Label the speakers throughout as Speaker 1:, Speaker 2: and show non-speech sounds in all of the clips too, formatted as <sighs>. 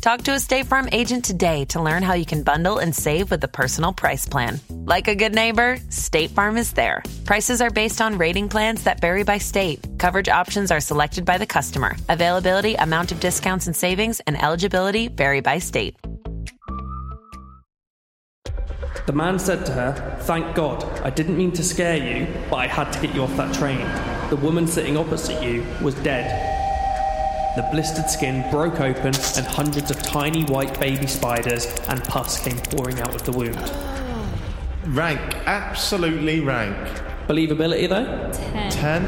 Speaker 1: Talk to a State Farm agent today to learn how you can bundle and save with the Personal Price Plan. Like a good neighbor, State Farm is there. Prices are based on rating plans that vary by state. Coverage options are selected by the customer. Availability, amount of discounts and savings, and eligibility vary by state.
Speaker 2: The man said to her, Thank God, I didn't mean to scare you, but I had to get you off that train. The woman sitting opposite you was dead. The blistered skin broke open, and hundreds of tiny white baby spiders and pus came pouring out of the wound.
Speaker 3: Rank, absolutely rank.
Speaker 2: Believability, though?
Speaker 3: Ten.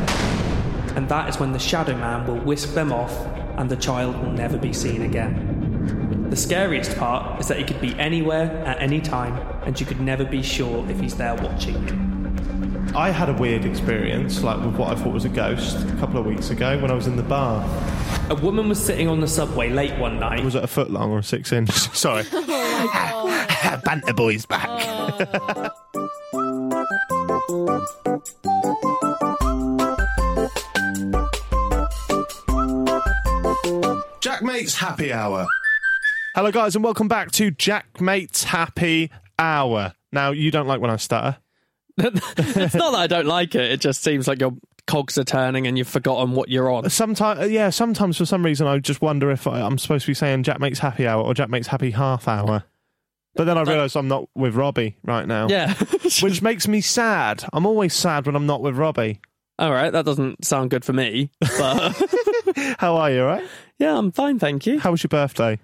Speaker 2: And that is when the Shadow Man will whisk them off, and the child will never be seen again. The scariest part is that he could be anywhere at any time, and you could never be sure if he's there watching you.
Speaker 4: I had a weird experience, like with what I thought was a ghost, a couple of weeks ago when I was in the bar.
Speaker 2: A woman was sitting on the subway late one night.
Speaker 4: Was it a foot long or a
Speaker 3: <laughs>
Speaker 4: six inch? Sorry.
Speaker 3: Oh
Speaker 4: <laughs>
Speaker 3: Banter boys back. <laughs> Jack Mate's happy hour.
Speaker 4: Hello, guys, and welcome back to Jack Mate's Happy Hour. Now, you don't like when I stutter.
Speaker 5: it's not that I don't like it. It just seems like your cogs are turning and you've forgotten what
Speaker 4: <laughs>
Speaker 5: you're on.
Speaker 4: Sometimes, uh, yeah, sometimes for some reason I just wonder if I, I'm supposed to be saying Jack Mate's Happy Hour or Jack Mate's Happy Half Hour. But then I realise I'm not with Robbie right now.
Speaker 5: Yeah.
Speaker 4: <laughs> Which makes me sad. I'm always sad when I'm not with Robbie.
Speaker 5: <laughs> All right. That doesn't sound good for me. But
Speaker 4: <laughs> How are you, all right?
Speaker 5: yeah, I'm fine. Thank you.
Speaker 4: How was your birthday?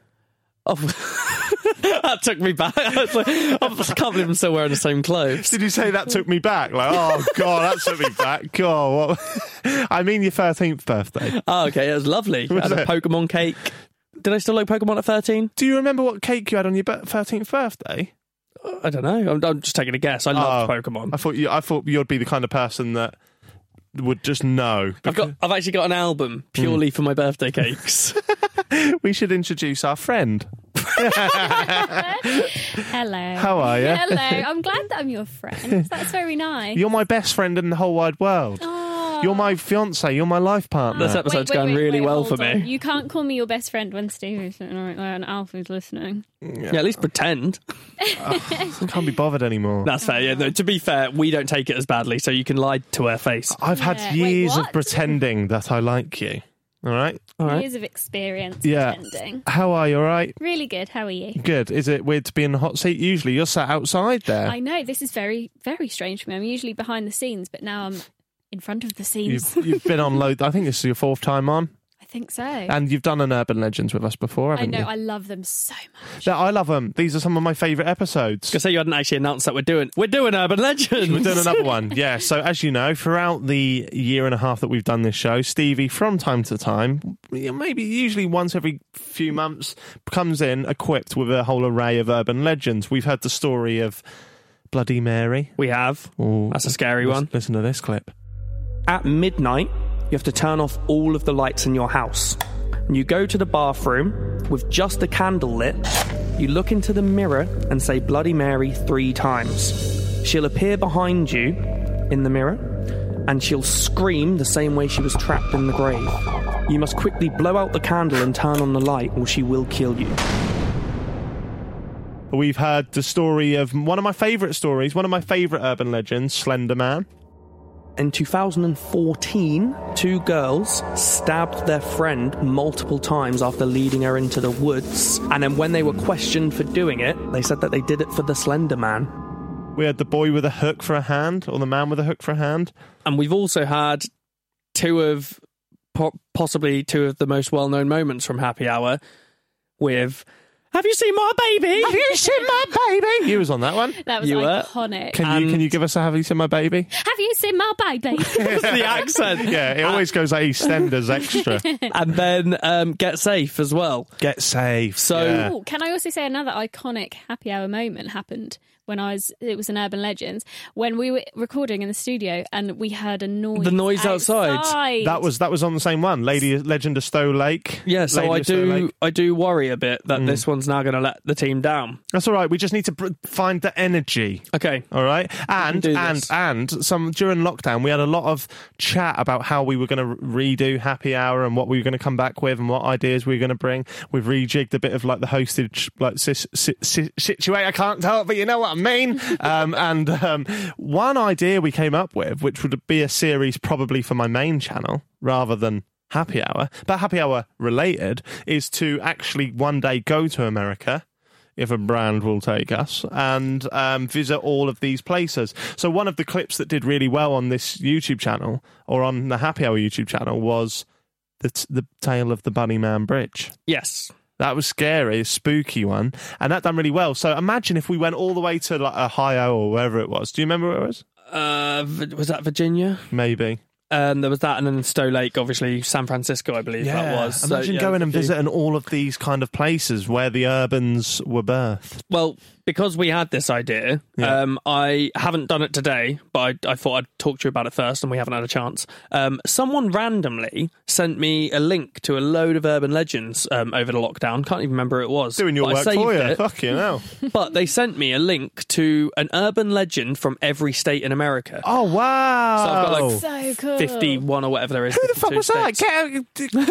Speaker 5: Oh, <laughs> that took me back. <laughs> I, was like, I can't believe I'm still wearing the same clothes.
Speaker 4: Did you say that took me back? Like, <laughs> oh god, that took me back. God, what? <laughs> I mean, your thirteenth birthday.
Speaker 5: Oh, okay. It
Speaker 4: <laughs>
Speaker 5: was lovely. I had a
Speaker 4: it?
Speaker 5: Pokemon cake. Did I still like Pokemon at 13?
Speaker 4: Do you remember what cake you had on your thirteenth birthday?
Speaker 5: I don't know. I'm, I'm just taking a guess. I love
Speaker 4: Oh,
Speaker 5: Pokemon.
Speaker 4: I thought you. I thought you'd be the kind of person that would just know.
Speaker 5: I've got. I've actually got an album purely
Speaker 4: Hmm.
Speaker 5: for my
Speaker 4: <laughs>
Speaker 5: birthday cakes.
Speaker 4: We should introduce our friend.
Speaker 6: Hello.
Speaker 4: How are you?
Speaker 6: <laughs> Hello. I'm glad that I'm your friend. That's very nice.
Speaker 4: You're my best friend in the whole wide world.
Speaker 6: Oh.
Speaker 4: You're my fiance. You're my life partner.
Speaker 5: This episode's
Speaker 6: Wait, wait,
Speaker 5: going
Speaker 6: wait,
Speaker 5: really
Speaker 6: wait,
Speaker 5: well for
Speaker 6: hold on.
Speaker 5: me.
Speaker 6: You can't call me your best friend when Steve is sitting right there and Alfie's listening.
Speaker 5: yeah, at least pretend.
Speaker 4: I can't be bothered anymore.
Speaker 5: That's fair. Yeah. No, to be fair, we don't take it as badly, so you can lie to her face.
Speaker 4: I've
Speaker 6: Yeah.
Speaker 4: had
Speaker 6: Wait,
Speaker 4: years of
Speaker 6: what?
Speaker 4: pretending that I like you. All right.
Speaker 5: All right.
Speaker 6: Years of experience
Speaker 4: Yeah.
Speaker 6: pretending.
Speaker 4: How are you? All right.
Speaker 6: Really good. How are you?
Speaker 4: Good. Is it weird to be in the hot seat? Usually, you're sat outside there.
Speaker 6: I know this is very, very strange for me. I'm usually behind the scenes, but now I'm in front of the scenes.
Speaker 4: You've, you've been on load. I think this is your fourth time on,
Speaker 6: I think so.
Speaker 4: and you've done an Urban Legends with us before,
Speaker 6: I
Speaker 4: haven't
Speaker 6: know.
Speaker 4: you?
Speaker 6: I love them so much.
Speaker 4: Yeah, I love them. These are some of my favourite episodes.
Speaker 5: Because say you hadn't actually announced that we're doing we're doing Urban Legends.
Speaker 4: We've done another one. <laughs> Yeah. So, as you know, throughout the year and a half that we've done this show, Stevie, from time to time, maybe usually once every few months, comes in equipped with a whole array of urban legends. We've had the story of Bloody Mary.
Speaker 5: We have.
Speaker 4: Ooh.
Speaker 5: That's a scary
Speaker 4: Let's
Speaker 5: one.
Speaker 4: Listen to this clip.
Speaker 2: At midnight, you have to turn off all of the lights in your house. And you go to the bathroom with just a candle lit. You look into the mirror and say Bloody Mary three times. She'll appear behind you in the mirror and she'll scream the same way she was trapped in the grave. You must quickly blow out the candle and turn on the light or she will kill you.
Speaker 4: We've heard the story of one of my favourite stories, one of my favourite urban legends, Slender Man.
Speaker 2: In 2014, two girls stabbed their friend multiple times after leading her into the woods. And then, when they were questioned for doing it, they said that they did it for the Slender Man.
Speaker 4: We had the boy with a hook for a hand, or the man with a hook for a hand.
Speaker 5: And we've also had two of po- possibly two of the most well known moments from Happy Hour. with "Have you seen my baby?" <laughs>
Speaker 4: Have you seen my baby? You was on that one.
Speaker 6: That was
Speaker 5: You were?
Speaker 6: iconic.
Speaker 4: Can you can you give us a Have you seen my baby?
Speaker 6: Have you seen my
Speaker 5: <laughs>
Speaker 6: baby?
Speaker 5: the accent.
Speaker 4: Yeah, it always goes like EastEnders extra.
Speaker 5: and then um, "Get Safe" as well.
Speaker 4: <laughs> Get safe.
Speaker 5: So
Speaker 4: Yeah.
Speaker 6: Oh, can I also say another iconic happy hour moment happened when I was it was an urban legends when we were recording in the studio and we heard a noise
Speaker 5: The noise outside.
Speaker 4: That was that was on the same one. Lady Legend of Stowe Lake.
Speaker 5: yeah, so
Speaker 4: Lady
Speaker 5: I
Speaker 4: of Stowe
Speaker 5: do
Speaker 4: Lake.
Speaker 5: I do worry a bit
Speaker 4: Mm.
Speaker 5: that this one's now going to let the team down.
Speaker 4: That's all right. We just need to br- find the energy.
Speaker 5: Okay,
Speaker 4: All right, and
Speaker 5: do
Speaker 4: and
Speaker 5: this.
Speaker 4: and some during lockdown, we had a lot of chat about how we were going to redo happy hour and what we were going to come back with and what ideas we were going to bring. We've rejigged a bit of like the hostage like si- si- si- situation. I can't tell, it, but you know what I
Speaker 5: <laughs>
Speaker 4: mean. um, and um, one idea we came up with, which would be a series probably for my main channel rather than. Happy hour, but happy hour related is to actually one day go to America if a brand will take us and um, visit all of these places. So one of the clips that did really well on this YouTube channel or on the Happy Hour YouTube channel was the t- the tale of the Bunnyman Bridge.
Speaker 5: yes,
Speaker 4: That was scary, a spooky one, and that done really well. So imagine if we went all the way to like Ohio or wherever it was. Do you remember where it was?
Speaker 5: uh, v- was that Virginia?
Speaker 4: Maybe.
Speaker 5: Um, there was that, and then Stowe Lake, obviously San Francisco, I believe that was. So,
Speaker 4: Imagine
Speaker 5: yeah,
Speaker 4: going and
Speaker 5: there's a few.
Speaker 4: visiting all of these kind of places where the urbans were birthed.
Speaker 5: Well, because we had this idea,
Speaker 4: Yeah.
Speaker 5: um, I haven't done it today, but I, I thought I'd talk to you about it first, and we haven't had a chance. Um, someone randomly sent me a link to a load of urban legends um, over the lockdown. Can't even remember who it was.
Speaker 4: Doing your
Speaker 5: but I
Speaker 4: work for
Speaker 5: saved
Speaker 4: you.
Speaker 5: it.
Speaker 4: Fucking hell.
Speaker 5: but they sent me a link to an urban legend from every state in America.
Speaker 4: Oh, wow.
Speaker 5: So I've got like
Speaker 6: so cool.
Speaker 5: 51 or whatever there is.
Speaker 4: Who the fuck was that? Get, out-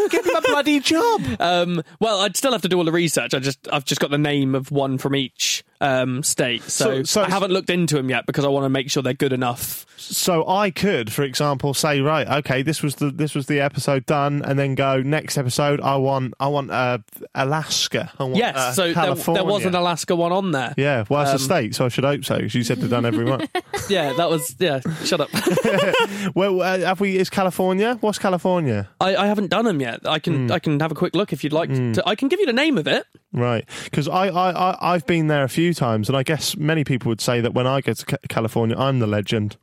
Speaker 4: give him a bloody job.
Speaker 5: Um, well, I'd still have to do all the research. I just I've just got the name of one from each um, state,
Speaker 4: So-
Speaker 5: so,
Speaker 4: so-
Speaker 5: I haven't looked into them yet because I want to make sure they're good enough.
Speaker 4: <laughs> So I could, for example, say, right, okay, this was the this was the episode done, and then go next episode. I want I want uh, Alaska. I want,
Speaker 5: Yes,
Speaker 4: uh,
Speaker 5: so there,
Speaker 4: California.
Speaker 5: there was an Alaska one on there.
Speaker 4: yeah, well, it's a state, so I should hope so. 'cause you said they've done every <laughs> one.
Speaker 5: Yeah, that was yeah.
Speaker 4: <laughs>
Speaker 5: Shut up.
Speaker 4: well, uh, have we? Is California? What's California?
Speaker 5: I, I haven't done them yet. I
Speaker 4: Hmm.
Speaker 5: can I can have a quick look if you'd like. To, I can give you the name of it.
Speaker 4: Right, because I, I, I I've been there a few times, and I guess many people would say that when I go to Ca- California, I'm the legend.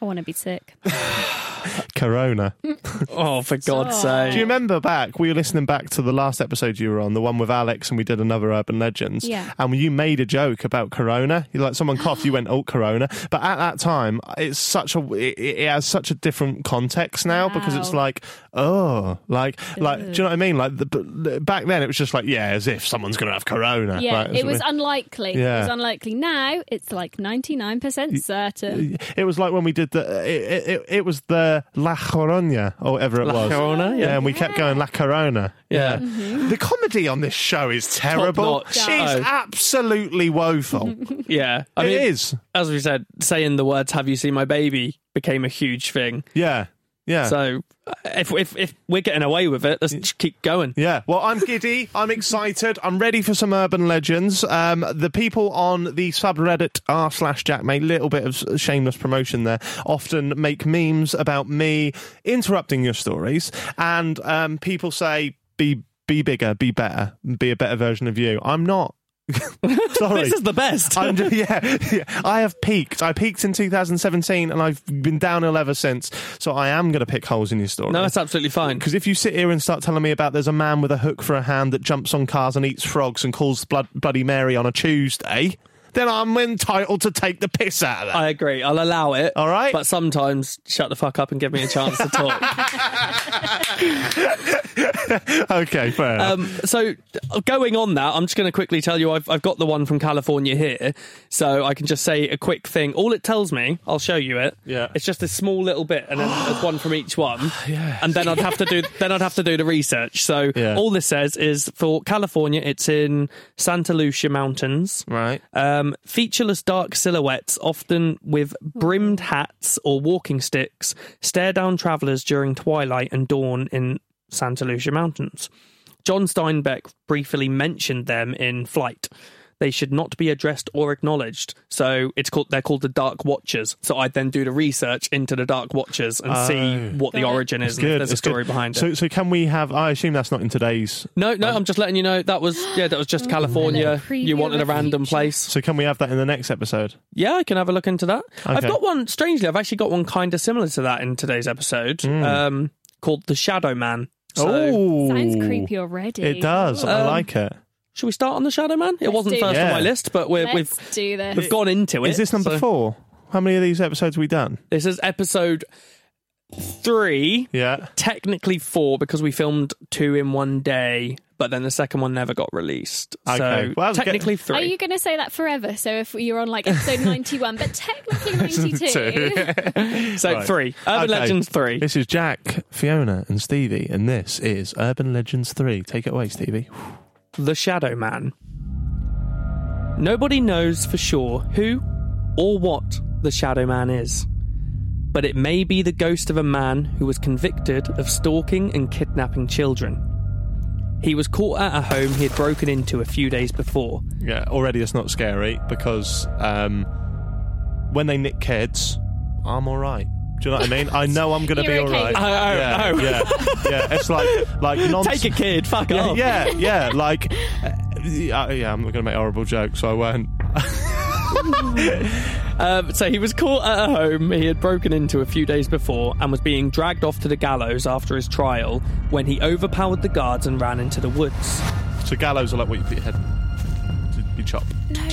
Speaker 6: I want to be sick.
Speaker 4: Corona.
Speaker 5: Oh, for God's
Speaker 6: Sorry.
Speaker 4: Do you
Speaker 5: sake!
Speaker 4: remember back? We were listening back to the last episode you were on, the one with Alex, and we did another Urban Legends.
Speaker 6: Yeah.
Speaker 4: And you made a joke about Corona. You like someone coughed, you went, "Oh, Corona!" But at that time, it's such a it, it has such a different context now because it's
Speaker 6: Wow.
Speaker 4: like, oh, like like, do you know what I mean? Like the, the, back then, it was just like, yeah, as if someone's gonna have Corona.
Speaker 6: Yeah,
Speaker 4: right?
Speaker 6: it was
Speaker 4: It
Speaker 6: unlikely. It
Speaker 4: Yeah.
Speaker 6: was unlikely. Now it's like ninety nine percent certain.
Speaker 4: it was like when we did the it, it, it was the La Corona or whatever it was.
Speaker 5: Corona, yeah.
Speaker 4: Yeah, and we kept going La Corona. Mm-hmm.
Speaker 5: Yeah.
Speaker 4: The comedy on this show is terrible.
Speaker 5: Top-notch.
Speaker 4: She's
Speaker 5: Yeah.
Speaker 4: absolutely woeful.
Speaker 5: Yeah, <laughs> I
Speaker 4: it
Speaker 5: mean,
Speaker 4: is.
Speaker 5: as we said, saying the words "Have you seen my baby?" became a huge thing.
Speaker 4: Yeah. Yeah.
Speaker 5: So uh, if if if we're getting away with it, let's just keep going.
Speaker 4: yeah, well, I'm giddy. I'm excited. I'm ready for some urban legends. Um, the people on the subreddit r slash Jack May, little bit of s- shameless promotion there, often make memes about me interrupting your stories, and um, people say, "Be be bigger, be better, be a better version of you." I'm not. <laughs> Sorry,
Speaker 5: <laughs> This is the best.
Speaker 4: I'm just, <laughs> yeah, yeah. I have peaked. I peaked in 2017 and I've been downhill ever since. So I am going to pick holes in your story.
Speaker 5: No, that's absolutely fine.
Speaker 4: because if you sit here and start telling me about there's a man with a hook for a hand that jumps on cars and eats frogs and calls blood, Bloody Mary on a Tuesday, then I'm entitled to take the piss out of that.
Speaker 5: I agree. I'll allow it.
Speaker 4: All right.
Speaker 5: But sometimes shut the fuck up and give me a chance to talk.
Speaker 4: <laughs> okay, fair. enough.
Speaker 5: um, so, uh, going on that, I'm just going to quickly tell you I've, I've got the one from California here. So, I can just say a quick thing. All it tells me, I'll show you it.
Speaker 4: Yeah.
Speaker 5: It's just a small little bit and then
Speaker 4: <gasps>
Speaker 5: there's one from each
Speaker 4: <sighs>
Speaker 5: one. yeah. And then I'd have to do then I'd have to do the research. So,
Speaker 4: Yeah.
Speaker 5: all this says is for California, it's in Santa Lucia Mountains.
Speaker 4: right.
Speaker 5: Um, featureless dark silhouettes, often with brimmed hats or walking sticks, stare down travellers during twilight and dawn in Santa Lucia Mountains. John Steinbeck briefly mentioned them in Flight.
Speaker 7: They should not be addressed or acknowledged. So it's called they're called the Dark Watchers. So I then do the research into the Dark Watchers and see what the
Speaker 6: Got it.
Speaker 7: origin is. and if
Speaker 4: Good.
Speaker 7: There's a
Speaker 4: Oh. it's good.
Speaker 7: story behind it.
Speaker 4: So, so can we have? I assume that's not in today's.
Speaker 2: No, no, I'm just letting you know that was yeah, that was
Speaker 6: <gasps>
Speaker 2: just
Speaker 6: A
Speaker 2: California.
Speaker 6: little preview
Speaker 2: You wanted a
Speaker 6: of the
Speaker 2: random
Speaker 6: future.
Speaker 2: place.
Speaker 4: So can we have that in the next episode?
Speaker 2: Yeah, I can have a look into that. I've
Speaker 4: Okay.
Speaker 2: got one. Strangely, I've actually got one kind of similar to that in today's episode,
Speaker 4: Hmm.
Speaker 2: um, called the Shadow Man. So,
Speaker 4: oh,
Speaker 6: Sounds creepy already.
Speaker 4: It does. I
Speaker 2: Um,
Speaker 4: like it.
Speaker 2: should we start on the Shadow Man? It wasn't
Speaker 6: do
Speaker 2: first
Speaker 4: it.
Speaker 2: on my
Speaker 4: Yeah.
Speaker 2: list, but we're,
Speaker 6: Let's
Speaker 2: we've
Speaker 6: do this.
Speaker 2: we've gone into it.
Speaker 4: Is this number
Speaker 2: so-
Speaker 4: four? How many of these episodes have we done?
Speaker 2: This is episode three.
Speaker 4: Yeah.
Speaker 2: technically four because we filmed two in one day, but then the second one never got released.
Speaker 4: Okay.
Speaker 2: So
Speaker 4: Well, I was get-
Speaker 2: technically
Speaker 6: Are
Speaker 2: three.
Speaker 6: you going to say that forever? So if you're on like episode 91, but technically 92.
Speaker 2: so
Speaker 4: Right.
Speaker 2: three. Urban
Speaker 4: Okay.
Speaker 2: Legends
Speaker 4: <laughs>
Speaker 2: three.
Speaker 4: This is Jack, Fiona, and Stevie, and this is Urban Legends 3. Take it away, Stevie.
Speaker 2: The Shadow Man. Nobody knows for sure who or what the Shadow Man is, but it may be the ghost of a man who was convicted of stalking and kidnapping children. He was caught at a home he had broken into a few days before.
Speaker 4: Yeah, already it's not scary because um, when they nick kids, I'm all right. Do you know what I mean? I know I'm going
Speaker 2: <laughs>
Speaker 4: to be
Speaker 6: You're
Speaker 4: all
Speaker 6: okay.
Speaker 4: right.
Speaker 6: Oh,
Speaker 4: yeah,
Speaker 2: oh, oh.
Speaker 4: yeah, yeah. It's like like non-
Speaker 2: <laughs> Take a kid, fuck
Speaker 4: yeah,
Speaker 2: off.
Speaker 4: yeah, yeah. Like uh, yeah, yeah, I'm not going to make a horrible joke, so I won't.
Speaker 2: Um, so he was caught at a home he had broken into a few days before and was being dragged off to the gallows after his trial when he overpowered the guards and ran into the woods.
Speaker 4: So gallows are like what you put your head. You chop.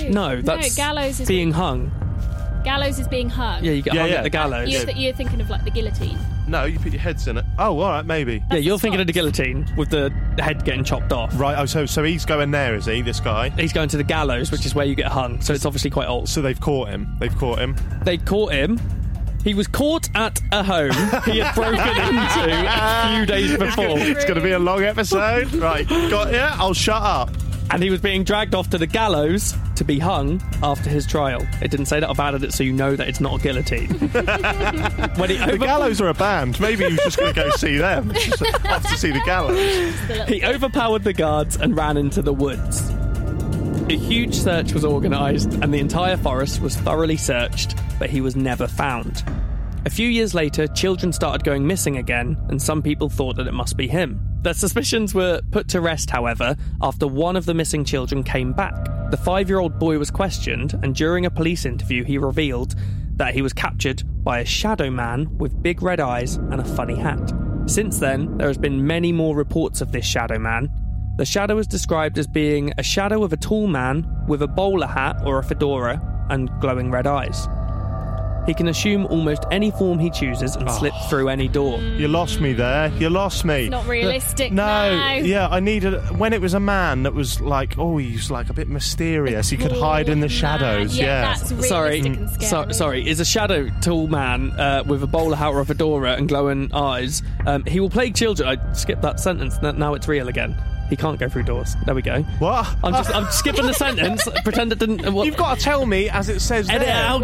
Speaker 2: No, that's
Speaker 6: gallows is
Speaker 2: being hung.
Speaker 6: gallows is being hung.
Speaker 2: Yeah, you get
Speaker 4: Yeah,
Speaker 2: hung
Speaker 4: yeah.
Speaker 2: at the gallows.
Speaker 6: You're,
Speaker 2: Yeah,
Speaker 6: th- you're thinking of like the guillotine. <laughs>
Speaker 4: No, you put your heads in it. Oh, all right, maybe.
Speaker 2: you're thinking of the guillotine with the head getting chopped off.
Speaker 4: Right. Oh, so so he's going there, is he? This guy.
Speaker 2: He's going to the gallows, which is where you get hung. So it's obviously quite old.
Speaker 4: So they've caught him. They've caught him.
Speaker 2: They caught him. He was caught at a home he had broken
Speaker 6: Uh,
Speaker 2: into a few days before.
Speaker 4: It's going to be a long
Speaker 6: <laughs>
Speaker 4: episode. right. Got yeah. I'll shut up.
Speaker 2: and he was being dragged off to the gallows to be hung after his trial. It didn't say that. I've added it so you know that it's not a guillotine.
Speaker 6: <laughs>
Speaker 2: when he,
Speaker 4: The
Speaker 2: over-
Speaker 4: gallows are a band. Maybe you're just going to
Speaker 6: <laughs>
Speaker 4: go see them. Just have to see the gallows.
Speaker 6: It's the little-
Speaker 2: he overpowered the guards and ran into the woods. A huge search was organised, and the entire forest was thoroughly searched, but he was never found. A few years later, children started going missing again, and some people thought that it must be him. Their suspicions were put to rest, however, after one of the missing children came back. The five year old boy was questioned, and during a police interview, he revealed that he was captured by a shadow man with big red eyes and a funny hat. Since then, there has been many more reports of this shadow man. The shadow is described as being a shadow of a tall man with a bowler hat or a fedora and glowing red eyes. He can assume almost any form he chooses and
Speaker 4: Ah.
Speaker 2: slip through any door.
Speaker 4: You lost me there. You lost me.
Speaker 6: Not realistic.
Speaker 4: No,
Speaker 6: no.
Speaker 4: yeah, I needed when it was a man that was like, oh, he's like a bit mysterious. He could hide in the
Speaker 6: Nah,
Speaker 4: shadows.
Speaker 6: Yeah,
Speaker 4: yeah,
Speaker 6: that's realistic
Speaker 2: Sorry,
Speaker 6: and
Speaker 2: so,
Speaker 6: scary.
Speaker 2: sorry. Is a shadow tall man uh, with a bowler hat or a fedora and glowing eyes. Um, he will plague children. I skipped that sentence. n- Now it's real again. He can't go through doors. There we go.
Speaker 4: What? Uh,
Speaker 2: I'm just I'm skipping the sentence.
Speaker 4: <laughs>
Speaker 2: Pretend it didn't. uh, What,
Speaker 4: You've got to tell me as it says.
Speaker 2: edit it
Speaker 4: there.
Speaker 2: out,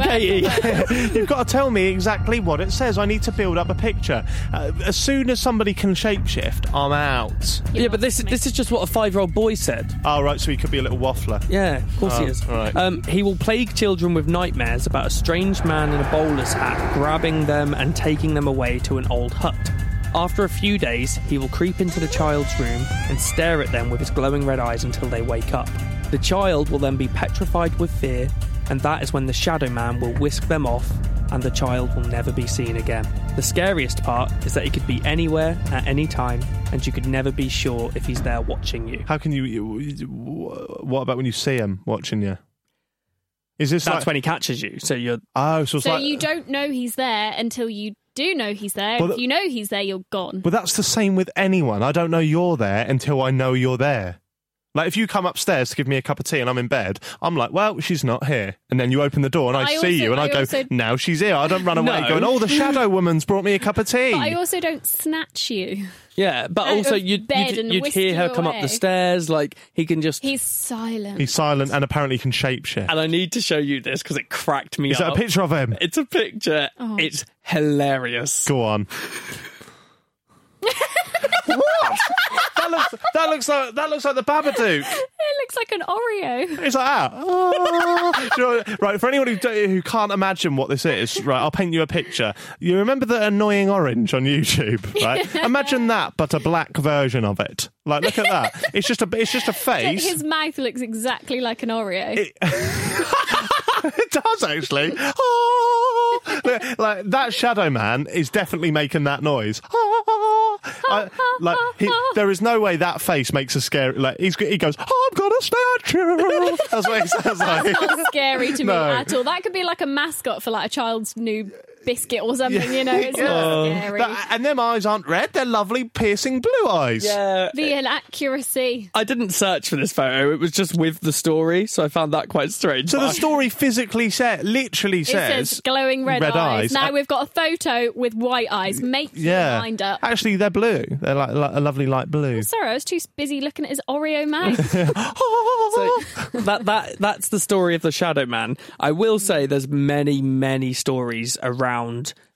Speaker 4: <laughs>
Speaker 2: Katie.
Speaker 4: You've got to tell me exactly what it says. I need to build up a picture. Uh, as soon as somebody can shapeshift, I'm out.
Speaker 2: <laughs> yeah, but this this is just what a five year old boy said.
Speaker 4: Oh, right, so he could be a little waffler.
Speaker 2: Yeah, of course he
Speaker 4: Oh,
Speaker 2: is.
Speaker 4: right.
Speaker 2: Um, he will plague children with nightmares about a strange man in a bowler's hat grabbing them and taking them away to an old hut. After a few days, he will creep into the child's room and stare at them with his glowing red eyes until they wake up. The child will then be petrified with fear, and that is when the shadow man will whisk them off and the child will never be seen again. The scariest part is that he could be anywhere at any time, and you could never be sure if he's there watching you.
Speaker 4: How can you, you- you- What about when you see him watching you? Is this
Speaker 2: That's
Speaker 4: like?
Speaker 2: when he catches you, so you're
Speaker 4: oh, so it's
Speaker 6: So
Speaker 4: like.
Speaker 6: you don't know he's there until you do know he's there.
Speaker 4: Well,
Speaker 6: if
Speaker 4: that-
Speaker 6: you know he's there, you're gone.
Speaker 4: But that's the same with anyone. I don't know you're there until I know you're there. Like if you come upstairs to give me a cup of tea and I'm in bed, I'm like, well, she's not here. And then you open the door and I,
Speaker 6: I
Speaker 4: see
Speaker 6: also-
Speaker 4: you and I,
Speaker 6: I
Speaker 4: go,
Speaker 6: also-
Speaker 4: now she's here. I don't run
Speaker 6: <laughs>
Speaker 4: away
Speaker 2: No.
Speaker 4: going, oh, the shadow woman's brought me a cup of tea.
Speaker 6: But I also don't snatch you.
Speaker 2: Yeah, but
Speaker 6: out
Speaker 2: also
Speaker 6: of
Speaker 2: you'd
Speaker 6: bed
Speaker 2: you'd,
Speaker 6: and
Speaker 2: you'd
Speaker 6: whisk
Speaker 2: hear
Speaker 6: you
Speaker 2: her come up
Speaker 6: away.
Speaker 2: the stairs. Like he can just.
Speaker 6: He's silent.
Speaker 4: He's silent and apparently can shapeshift.
Speaker 2: and I need to show you this because it cracked me
Speaker 4: Is that
Speaker 2: up.
Speaker 4: a picture of him?
Speaker 2: It's a picture.
Speaker 6: Oh.
Speaker 2: It's hilarious.
Speaker 4: Go on. what? That looks, that looks like that looks like the Babadook.
Speaker 6: it looks like an Oreo.
Speaker 4: It's like that. Ah. Do you know- right, for anyone who, don't- who can't imagine what this is, right, I'll paint you a picture. You remember the annoying orange on YouTube, right? imagine that, but a black version of it. Like, look at that. It's just a, it's just a face.
Speaker 6: His mouth looks exactly like an Oreo.
Speaker 4: <laughs> it does actually. Ah. Look, like that shadow man is definitely making that noise. Ah. I- like he, there is no way that face makes a scary. Like he's, he goes, "I'm gonna statue." That's what he sounds
Speaker 6: <laughs>
Speaker 4: like.
Speaker 6: Not scary to me
Speaker 4: No.
Speaker 6: at all. That could be like a mascot for like a child's new biscuit or something. You know, it's not scary.
Speaker 4: That- and them eyes aren't red; they're lovely, piercing blue eyes.
Speaker 5: Yeah.
Speaker 6: the inaccuracy.
Speaker 5: I didn't search for this photo. It was just with the story, so I found that quite strange.
Speaker 4: So the
Speaker 5: But I-
Speaker 4: story physically said, literally
Speaker 6: It
Speaker 4: says,
Speaker 6: says, glowing red,
Speaker 4: red
Speaker 6: eyes.
Speaker 4: eyes.
Speaker 6: Now
Speaker 4: Uh,
Speaker 6: we've got a photo with white eyes. Make
Speaker 4: "Yeah,
Speaker 6: your mind up.
Speaker 4: actually, they're blue. They're like, like a lovely light blue." Ah.
Speaker 6: Sorry, I was too busy looking at his
Speaker 4: <laughs>
Speaker 6: Oreo mouth.
Speaker 5: So that that that's the story of the Shadow Man. I will say there's many many stories around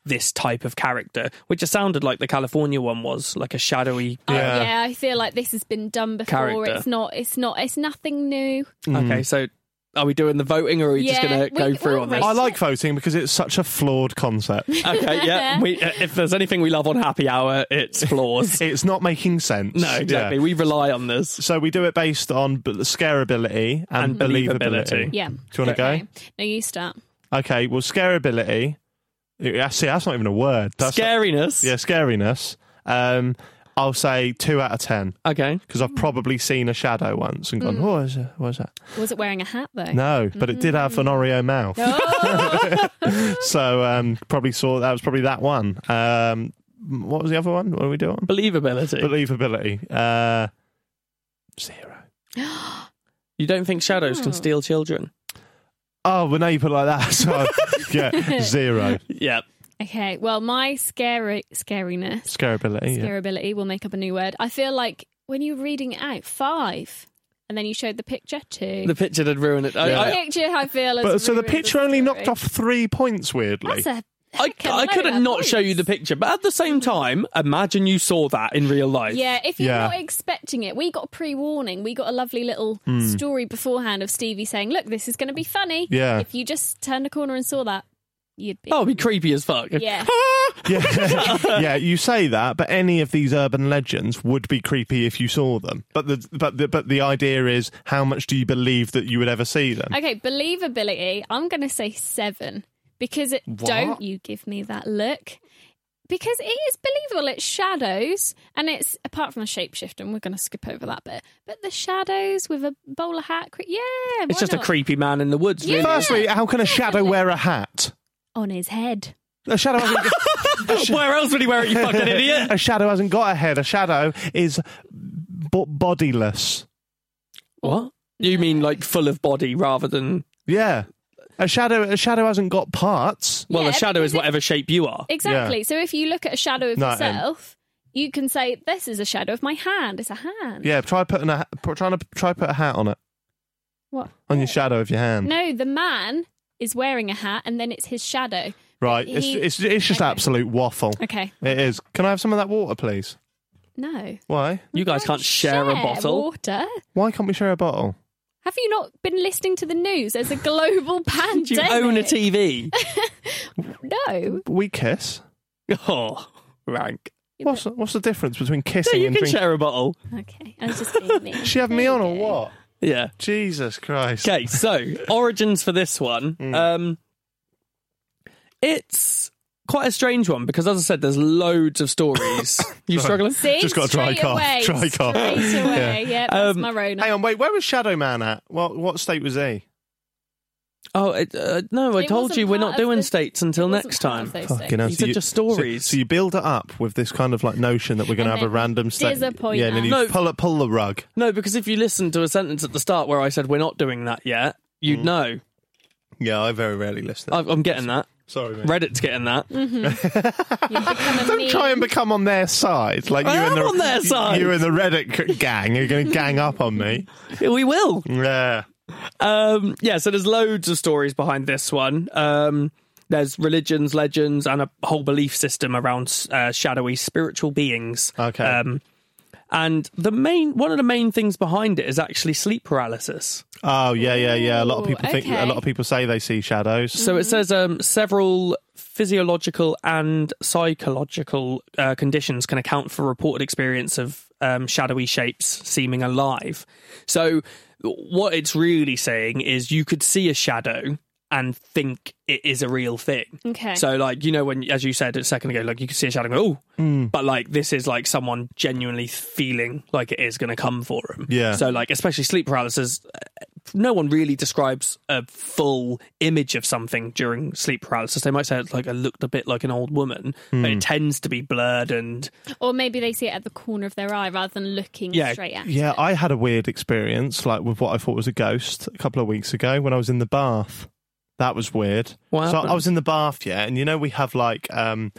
Speaker 5: this type of character, which just sounded like the California one was, like a shadowy.
Speaker 6: Uh, yeah. I feel like this has been done before.
Speaker 5: Character.
Speaker 6: It's not. It's not. It's nothing new.
Speaker 4: Mm.
Speaker 5: Okay, so are we doing the voting, or are we just
Speaker 6: Yeah,
Speaker 5: going to
Speaker 6: we-
Speaker 5: go through
Speaker 6: we'll
Speaker 5: on
Speaker 6: rate
Speaker 5: this?
Speaker 4: I like voting because it's such a flawed concept.
Speaker 5: <laughs> Okay,
Speaker 6: <laughs>
Speaker 5: yeah. We, uh, if there's anything we love on Happy Hour, it's
Speaker 4: <laughs>
Speaker 5: flaws.
Speaker 4: it's not making sense.
Speaker 5: no, exactly.
Speaker 4: Yeah.
Speaker 5: We rely on this.
Speaker 4: So we do it based on b- scarability and,
Speaker 5: And
Speaker 4: believability.
Speaker 5: believability.
Speaker 6: Yeah.
Speaker 4: Do you want to
Speaker 6: Okay. No, you start.
Speaker 4: go? Okay. Well, scarability. Yeah, see, that's not even a word. That's
Speaker 5: Scariness.
Speaker 4: yeah, scariness. Um, I'll say two out of ten
Speaker 5: Okay.
Speaker 4: because
Speaker 6: Mm.
Speaker 4: I've probably seen a shadow once and gone, "Oh, what is that? What is that?"
Speaker 6: Was it wearing a hat though?
Speaker 4: No, but it did have an
Speaker 6: Mm-hmm.
Speaker 4: Oreo mouth.
Speaker 6: <laughs> Oh,
Speaker 4: <laughs> So um, probably saw that was probably that one. Um, what was the other one? What are we doing?
Speaker 5: Believability.
Speaker 4: Believability. Uh, zero.
Speaker 5: you don't think shadows can steal children?
Speaker 4: Oh, well, now you put it like that. <laughs> So,
Speaker 6: <laughs>
Speaker 4: yeah, zero.
Speaker 5: Yeah.
Speaker 6: okay. Well, my scary scariness,
Speaker 4: Scarability. Yeah.
Speaker 6: scarability. We'll make up a new word. I feel like when you're reading it out, five, and then you showed the picture two.
Speaker 5: The picture did ruin it. I-
Speaker 6: The
Speaker 5: I-
Speaker 6: picture, I feel. has
Speaker 4: But so the
Speaker 6: ruined
Speaker 4: picture only
Speaker 6: story.
Speaker 4: knocked off three points, weirdly.
Speaker 6: That's a
Speaker 5: I,
Speaker 6: heck of a
Speaker 5: I
Speaker 6: load of
Speaker 5: couldn't not
Speaker 6: points.
Speaker 5: show you the picture, but at the same time, imagine you saw that in real life.
Speaker 6: Yeah, if you're
Speaker 4: Yeah.
Speaker 6: not expecting it, we got pre warning. We got a lovely little story beforehand of Stevie saying, "Look, this is going to be funny."
Speaker 4: Yeah.
Speaker 6: If you just turned a corner and saw that, you'd be.
Speaker 5: That would Oh, be creepy as fuck.
Speaker 6: <laughs> Yeah.
Speaker 4: <laughs>
Speaker 6: <laughs>
Speaker 4: yeah, yeah. You say that, but any of these urban legends would be creepy if you saw them. But the but the, but the idea is, how much do you believe that you would ever see them?
Speaker 6: Okay, believability. I'm going to say seven because it, don't you give me that look. Because it is believable. It's shadows, and it's apart from the shapeshifter, and we're going to skip over that bit. But the shadows with a bowler hat, cre- yeah, why
Speaker 5: It's just a
Speaker 6: not?
Speaker 5: creepy man in the woods, really.
Speaker 6: Yeah.
Speaker 4: Firstly, how can a shadow wear a hat?
Speaker 6: on his head.
Speaker 4: A shadow. Hasn't,
Speaker 6: <laughs>
Speaker 5: Where else would he wear it, you fucking idiot?
Speaker 4: a shadow hasn't got a head. A shadow is b- bodiless.
Speaker 5: What? You mean like full of body rather than.
Speaker 4: Yeah. A shadow. A shadow hasn't got parts.
Speaker 5: Well,
Speaker 6: Yeah,
Speaker 5: a shadow
Speaker 6: because
Speaker 5: is
Speaker 6: it-
Speaker 5: whatever shape you are.
Speaker 6: Exactly. So if you look at a shadow of
Speaker 4: No, um,
Speaker 6: yourself, you can say, "This is a shadow of my hand. It's a hand."
Speaker 4: Yeah, try putting a trying to try put a hat on it
Speaker 6: What?
Speaker 4: on your shadow of your hand.
Speaker 6: No, the man is wearing a hat, and then it's his shadow.
Speaker 4: right, it's,
Speaker 6: he-
Speaker 4: it's it's just
Speaker 6: okay.
Speaker 4: absolute waffle.
Speaker 6: Okay.
Speaker 4: It is. Can I have some of that water, please?
Speaker 6: No.
Speaker 4: Why?
Speaker 5: You guys can't share, a bottle.
Speaker 6: Water.
Speaker 4: Why can't we share a bottle?
Speaker 6: Have you not been listening to the news? There's
Speaker 4: <laughs>
Speaker 6: a global <laughs> pandemic.
Speaker 5: Do you own a TV?
Speaker 6: No.
Speaker 4: We kiss.
Speaker 5: oh, rank.
Speaker 4: What's what's the difference between
Speaker 5: Yeah,
Speaker 4: kissing
Speaker 5: you
Speaker 4: and
Speaker 5: can
Speaker 4: drinking?
Speaker 5: share a bottle.
Speaker 6: Okay. I was just being mean.
Speaker 4: <laughs> She have me on or what?
Speaker 5: Yeah.
Speaker 4: Jesus Christ!
Speaker 5: Okay, <laughs> so origins for this one. Um, it's quite a strange one because, as I said, there's loads of <coughs> stories. you struggling?
Speaker 6: See,
Speaker 4: Just got a dry
Speaker 6: straight
Speaker 4: cough,
Speaker 6: Away,
Speaker 4: dry cough. <laughs>
Speaker 6: Straight away. yeah. that's
Speaker 5: Um,
Speaker 6: my Rona.
Speaker 4: Hang on, wait. Where was Shadow Man at? What what state was he?
Speaker 5: Oh it, uh, no! I
Speaker 6: It
Speaker 5: told
Speaker 6: wasn't
Speaker 5: you we're not
Speaker 6: part of
Speaker 5: doing
Speaker 6: the-
Speaker 5: states until
Speaker 6: it wasn't
Speaker 5: next
Speaker 6: part of
Speaker 5: time.
Speaker 6: those
Speaker 4: Fucking
Speaker 6: days.
Speaker 4: hell,
Speaker 5: These
Speaker 4: so
Speaker 5: are
Speaker 4: you-
Speaker 5: just
Speaker 4: so-
Speaker 5: stories.
Speaker 4: So, you build it up with this kind of like notion that we're going to
Speaker 6: And
Speaker 4: have a
Speaker 6: then
Speaker 4: random state.
Speaker 6: disappoint
Speaker 4: Yeah, and then you
Speaker 5: us. No.
Speaker 4: pull it, pull the rug.
Speaker 5: No, because if you listen to a sentence at the start where I said we're not doing that yet,
Speaker 4: Mm.
Speaker 5: you'd know.
Speaker 4: Yeah, I very rarely listen.
Speaker 5: I, I'm getting that.
Speaker 4: Sorry, mate.
Speaker 5: Reddit's getting
Speaker 6: <laughs>
Speaker 5: that.
Speaker 6: Mm. You've become
Speaker 4: <laughs>
Speaker 6: a
Speaker 4: Don't
Speaker 6: meme.
Speaker 4: try and become on their side. Like
Speaker 5: I
Speaker 4: you
Speaker 5: am
Speaker 4: and the
Speaker 5: on their side.
Speaker 4: You and the Reddit c- gang are going to gang up on me.
Speaker 5: We will.
Speaker 4: Yeah.
Speaker 5: Um, yeah. So there's loads of stories behind this one. Um, there's religions, legends, and a whole belief system around uh, shadowy spiritual beings.
Speaker 4: Okay.
Speaker 5: Um, And the main one of the main things behind it is actually sleep paralysis.
Speaker 4: Oh yeah, yeah, yeah. A lot of
Speaker 6: Ooh,
Speaker 4: people think. A
Speaker 6: okay.
Speaker 4: lot of people say they see shadows.
Speaker 5: So it says um, several physiological and psychological uh, conditions can account for reported experience of um, shadowy shapes seeming alive. So what it's really saying is you could see a shadow and think it is a real thing.
Speaker 6: Okay.
Speaker 5: So like you know when as you said a second ago like you could see a shadow and go oh but like this is like someone genuinely feeling like it is going to come for them.
Speaker 4: Yeah.
Speaker 5: So like especially sleep paralysis uh, no one really describes a full image of something during sleep paralysis. They might say it's like I looked a bit like an old woman, but it tends to be blurred and
Speaker 6: Or maybe they see it at the corner of their eye rather than looking
Speaker 5: Yeah,
Speaker 6: straight at
Speaker 4: Yeah, I had a weird experience, like with what I thought was a ghost, a couple of weeks ago when I was in the bath. That was weird.
Speaker 5: What
Speaker 4: so
Speaker 5: happened?
Speaker 4: I was in the bath, yeah, and you know we have like, um,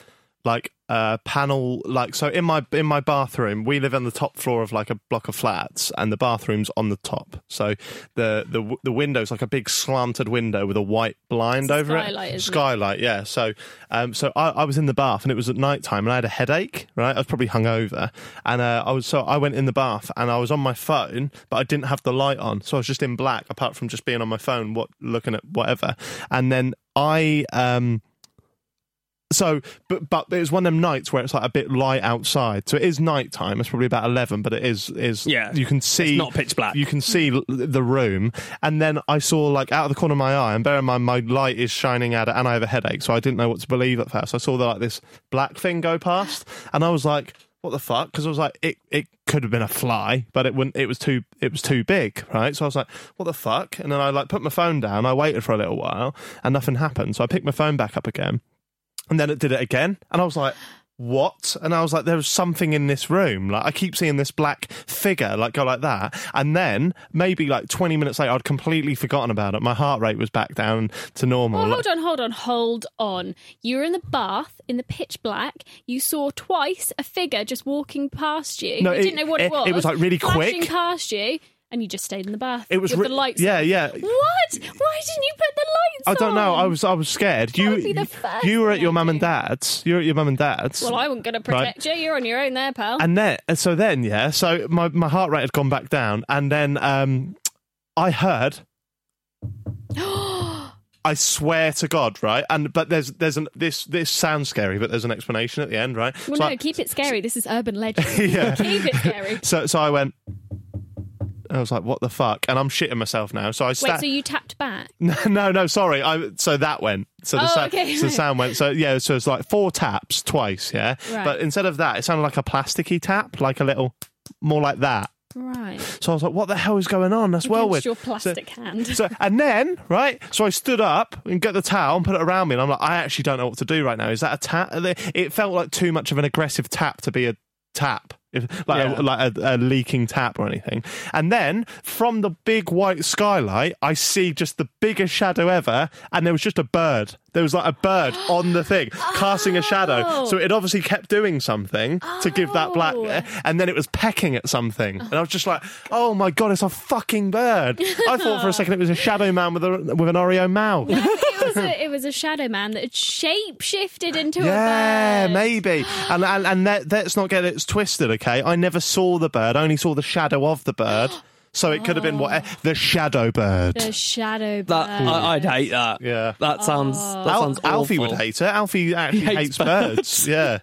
Speaker 4: like a panel, like so in my in my bathroom. We live on the top floor of like a block of flats, and the bathroom's on the top. So the the w- the window's like a big slanted window with a white blind
Speaker 6: a
Speaker 4: over
Speaker 6: skylight,
Speaker 4: it.
Speaker 6: isn't it?
Speaker 4: skylight, yeah. So, um, so I, I was in the bath and it was at night time and I had a headache, right? I was probably hungover, and uh, I was so I went in the bath and I was on my phone, but I didn't have the light on, so I was just in black, apart from just being on my phone, what looking at whatever, and then I um. So, but but it was one of them nights where it's like a bit light outside. So it is night time. It's probably about eleven, but it is is
Speaker 5: Yeah.
Speaker 4: You can see
Speaker 5: It's not pitch black.
Speaker 4: You can see l- the room, and then I saw like out of the corner of my eye. And bear in mind, my light is shining at it, and I have a headache, so I didn't know what to believe at first. I saw like this black thing go past, and I was like, "What the fuck?" Because I was like, "It it could have been a fly, but it wouldn't. It was too it was too big, right?" So I was like, "What the fuck?" And then I like put my phone down. I waited for a little while, and nothing happened. So I picked my phone back up again, and then it did it again. And I was like, what? And I was like, there's something in this room. Like, I keep seeing this black figure, like, go like that. And then maybe like 20 minutes later, I'd completely forgotten about it. My heart rate was back down to normal.
Speaker 6: Oh,
Speaker 4: Like,
Speaker 6: hold on, hold on, hold on. You were in the bath in the pitch black. You saw twice a figure just walking past you.
Speaker 4: No,
Speaker 6: you
Speaker 4: it-
Speaker 6: didn't know what it,
Speaker 4: it-
Speaker 6: was.
Speaker 4: it was, like, really
Speaker 6: flashing
Speaker 4: quick.
Speaker 6: past you, and you just stayed in the bath.
Speaker 4: It was
Speaker 6: with
Speaker 4: re-
Speaker 6: the lights.
Speaker 4: Yeah, yeah.
Speaker 6: What? Why didn't you put the lights?
Speaker 4: I don't know.
Speaker 6: on?
Speaker 4: I was I was scared.
Speaker 6: That
Speaker 4: you
Speaker 6: would be the first
Speaker 4: you were at
Speaker 6: thing
Speaker 4: your
Speaker 6: I'd
Speaker 4: mum
Speaker 6: do.
Speaker 4: and dad's. You were at your mum and dad's.
Speaker 6: Well, I wasn't going to protect you. You're on your own there, pal.
Speaker 4: And then, and so then, yeah. So my, my heart rate had gone back down, and then um, I heard.
Speaker 6: <gasps>
Speaker 4: I swear to God, right? And but there's there's an this this sounds scary, but there's an explanation at the end, right?
Speaker 6: well,
Speaker 4: so
Speaker 6: no,
Speaker 4: I,
Speaker 6: keep it scary. This is urban legend.
Speaker 4: <laughs> yeah.
Speaker 6: keep it scary.
Speaker 4: So so I went. I was like, "What the fuck?" And I'm shitting myself now. So I
Speaker 6: Wait,
Speaker 4: sta-
Speaker 6: so you tapped back?
Speaker 4: no, <laughs> no, no, sorry. I so that went. So the,
Speaker 6: Oh,
Speaker 4: sa-
Speaker 6: okay.
Speaker 4: so the sound went. So yeah, so it's like four taps twice, yeah.
Speaker 6: Right.
Speaker 4: But instead of that, it sounded like a plasticky tap, like a little more like that.
Speaker 6: Right.
Speaker 4: So I was like, "What the hell is going on?" That's well
Speaker 6: Against
Speaker 4: with
Speaker 6: your plastic hand.
Speaker 4: So and then right, so I stood up and got the towel and put it around me, and I'm like, I actually don't know what to do right now. Is that a tap? It felt like too much of an aggressive tap to be a tap, if, like
Speaker 5: Yeah.
Speaker 4: a, like a, a leaking tap or anything. And then from the big white skylight, I see just the biggest shadow ever, and there was just a bird. There was like a bird on the thing casting a shadow. So it obviously kept doing something to give that black,
Speaker 6: Oh.
Speaker 4: and then it was pecking at something, and I was just like, "Oh my god, it's a fucking bird!" I thought for a second it was a shadow man with a with an Oreo mouth.
Speaker 6: it was a, it was a shadow man that had shape shifted into
Speaker 4: yeah,
Speaker 6: a bird.
Speaker 4: maybe. And and, and let, let's not get it twisted, okay? I never saw the bird; I only saw the shadow of the bird. So it could have been what the shadow bird.
Speaker 6: Oh. The shadow bird.
Speaker 5: that I, I'd hate that.
Speaker 4: Yeah.
Speaker 5: That sounds that
Speaker 6: Oh.
Speaker 4: Al-
Speaker 5: sounds awful.
Speaker 4: Alfie would hate it.
Speaker 5: <laughs>
Speaker 4: Alfie actually
Speaker 5: hates
Speaker 4: hates, birds. Yeah.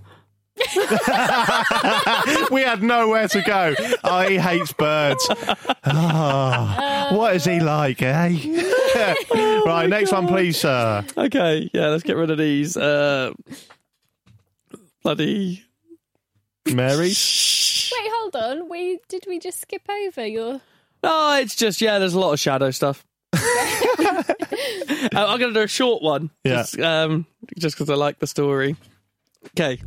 Speaker 4: So- oh. <laughs> we had nowhere to go. Oh, he hates birds. Oh, what is he like, eh? <laughs>
Speaker 5: Oh
Speaker 4: right, next one, please, sir.
Speaker 5: Okay, yeah, let's get rid of these uh bloody
Speaker 4: Mary?
Speaker 6: Wait, hold on. We did we just skip over your?
Speaker 5: No, Oh, it's just yeah. There's a lot of shadow stuff. <laughs> Uh, I'm going to do a short one.
Speaker 4: Yeah.
Speaker 5: Just, um, just because I like the story. Okay.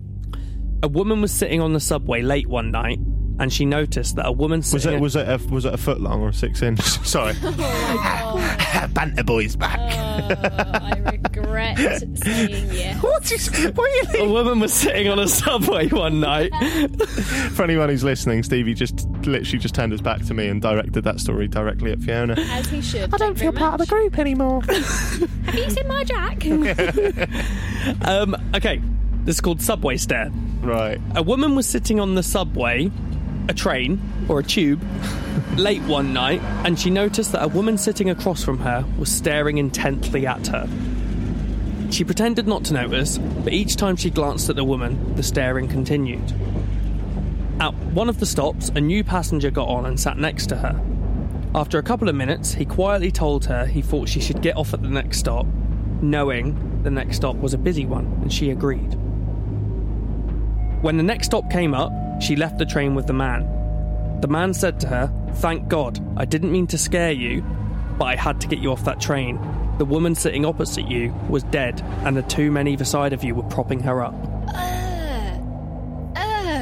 Speaker 5: A woman was sitting on the subway late one night, and she noticed that a woman
Speaker 4: Was
Speaker 5: sitting.
Speaker 4: it was it a, was it a foot long or a six inch? <laughs> Sorry,
Speaker 5: Oh,
Speaker 4: <laughs> banter boys back.
Speaker 5: Uh.
Speaker 6: I regret saying yes.
Speaker 4: What is what are you
Speaker 5: <laughs> a woman was sitting on a subway one
Speaker 6: <laughs>
Speaker 5: night.
Speaker 4: For anyone who's listening, Stevie just literally just turned us back to me and directed that story directly at Fiona.
Speaker 6: As he should.
Speaker 4: I don't feel part of the group
Speaker 6: <laughs>
Speaker 4: anymore.
Speaker 6: Have you seen my Jack? Uh,
Speaker 5: Um, okay, this is called Subway Stare.
Speaker 4: Right.
Speaker 5: A woman was sitting on the subway, a train, or a tube, late one night, and she noticed that a woman sitting across from her was staring intently at her. She pretended not to notice, but each time she glanced at the woman, the staring continued. At one of the stops, a new passenger got on and sat next to her. After a couple of minutes, he quietly told her he thought she should get off at the next stop, knowing the next stop was a busy one, and she agreed. When the next stop came up, she left the train with the man. The man said to her, Thank God, I didn't mean to scare you, but I had to get you off that train. The woman sitting opposite you was dead, and the two men either side of you were propping her up.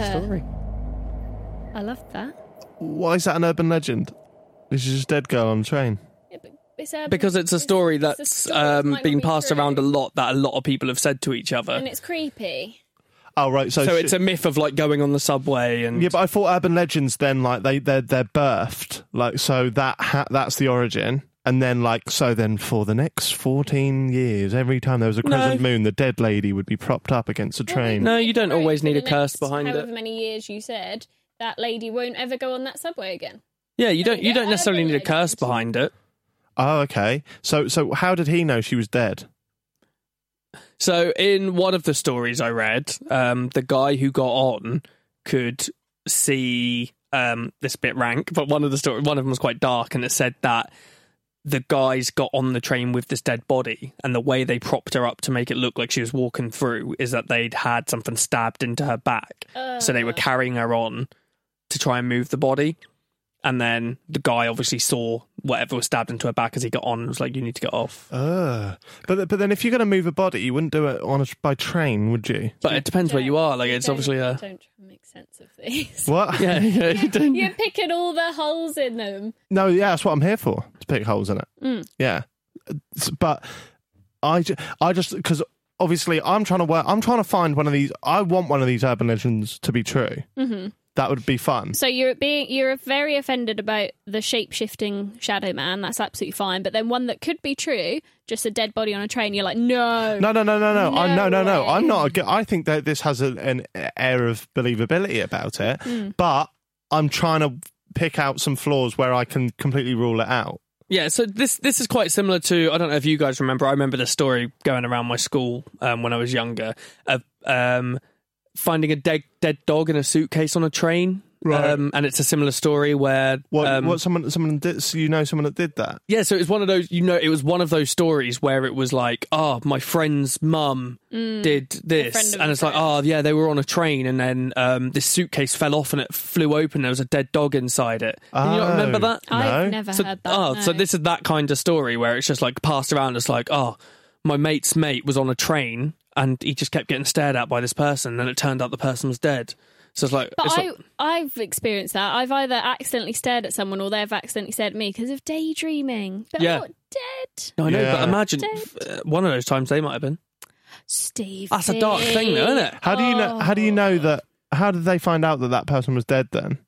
Speaker 5: Story.
Speaker 6: uh. I love that.
Speaker 4: Why is that an urban legend? This is just dead girl on a train.
Speaker 6: Yeah, but it's urban-
Speaker 5: Because it's a story
Speaker 6: it's a
Speaker 5: that's
Speaker 6: story that
Speaker 5: um,
Speaker 6: might not
Speaker 5: been
Speaker 6: be
Speaker 5: passed
Speaker 6: true.
Speaker 5: around a lot that a lot of people have said to each other.
Speaker 6: and it's creepy.
Speaker 4: Oh right, so,
Speaker 5: so
Speaker 4: she-
Speaker 5: it's a myth of like going on the subway and
Speaker 4: yeah. But I thought urban legends then like they they're they're birthed like so that ha- that's the origin. And then, like, so then for the next 14 years, every time there was a crescent moon, the dead lady would be propped up against a train.
Speaker 5: No, you don't
Speaker 6: Right,
Speaker 5: always
Speaker 6: for
Speaker 5: need
Speaker 6: the
Speaker 5: a curse
Speaker 6: next
Speaker 5: behind
Speaker 6: However
Speaker 5: it.
Speaker 6: many years you said that lady won't ever go on that subway again.
Speaker 5: yeah, you don't you
Speaker 6: Yeah,
Speaker 5: don't necessarily
Speaker 6: urban
Speaker 5: need a curse
Speaker 6: legend.
Speaker 5: behind it.
Speaker 4: Oh, okay. So, so how did he know she was dead?
Speaker 5: So in one of the stories I read, um, the guy who got on could see um, this bit rank, but one of the story one of them was quite dark, and it said that the guys got on the train with this dead body, and the way they propped her up to make it look like she was walking through is that they'd had something stabbed into her back, so they were carrying her on to try and move the body. And then the guy obviously saw whatever was stabbed into her back as he got on and was like, You need to get off.
Speaker 4: Uh, but but then if you're going to move a body, you wouldn't do it on a, by train, would you?
Speaker 5: But it depends where you are. Like, it's
Speaker 6: Don't-
Speaker 5: obviously a.
Speaker 6: Don't try and make sense of these. <laughs>
Speaker 4: What?
Speaker 5: yeah, yeah, you <laughs> don't.
Speaker 6: You're picking all the holes in them.
Speaker 4: No, yeah, that's what I'm here for to pick holes in it. Yeah, S- but I, ju- I just because obviously I'm trying to work. I'm trying to find one of these. I want one of these urban legends to be true. Mm-hmm. That would be fun.
Speaker 6: So you're being you're very offended about the shape shifting shadow man. That's absolutely fine. But then one that could be true, just a dead body on a train. You're like, no,
Speaker 4: No, no, no, no, no. I, no, no,
Speaker 6: No
Speaker 4: no.
Speaker 6: way.
Speaker 4: I'm not. ag- I think that this has a, an air of believability about it, but I'm trying to pick out some flaws where I can completely rule it out.
Speaker 5: Yeah, so this this is quite similar to I don't know if you guys remember. I remember the story going around my school um, when I was younger of um, finding a dead dead dog in a suitcase on a train.
Speaker 4: Right.
Speaker 5: Um, and it's a similar story where
Speaker 4: What?
Speaker 5: um,
Speaker 4: what? Someone? Someone did? So you know someone that did that?
Speaker 5: yeah, so it was one of those you know it was one of those stories where it was like oh my friend's mum did
Speaker 6: friend
Speaker 5: this
Speaker 6: of
Speaker 5: and
Speaker 6: Mm. a
Speaker 5: it's like
Speaker 6: friend.
Speaker 5: oh yeah they were on a train and then um, this suitcase fell off and it flew open there was a dead dog inside it. Can you not remember
Speaker 4: Oh.
Speaker 5: that?
Speaker 6: I've
Speaker 4: No.
Speaker 6: never
Speaker 5: So,
Speaker 6: heard that.
Speaker 5: oh,
Speaker 6: no.
Speaker 5: so this is that kind of story where it's just like passed around. It's like, oh, my mate's mate was on a train and he just kept getting stared at by this person, and it turned out the person was dead. So it's like,
Speaker 6: But
Speaker 5: it's
Speaker 6: I,
Speaker 5: like-
Speaker 6: I've experienced that. I've either accidentally stared at someone or they've accidentally stared at me because of daydreaming. But
Speaker 5: Yeah.
Speaker 6: I'm not dead.
Speaker 5: no, I know,
Speaker 4: Yeah.
Speaker 5: but imagine
Speaker 6: Dead.
Speaker 5: uh, one of those times they might have been.
Speaker 6: Steve. Oh.
Speaker 5: That's a dark thing, though, isn't it?
Speaker 4: How do you know? How do you know that? How did they find out that that person was dead then?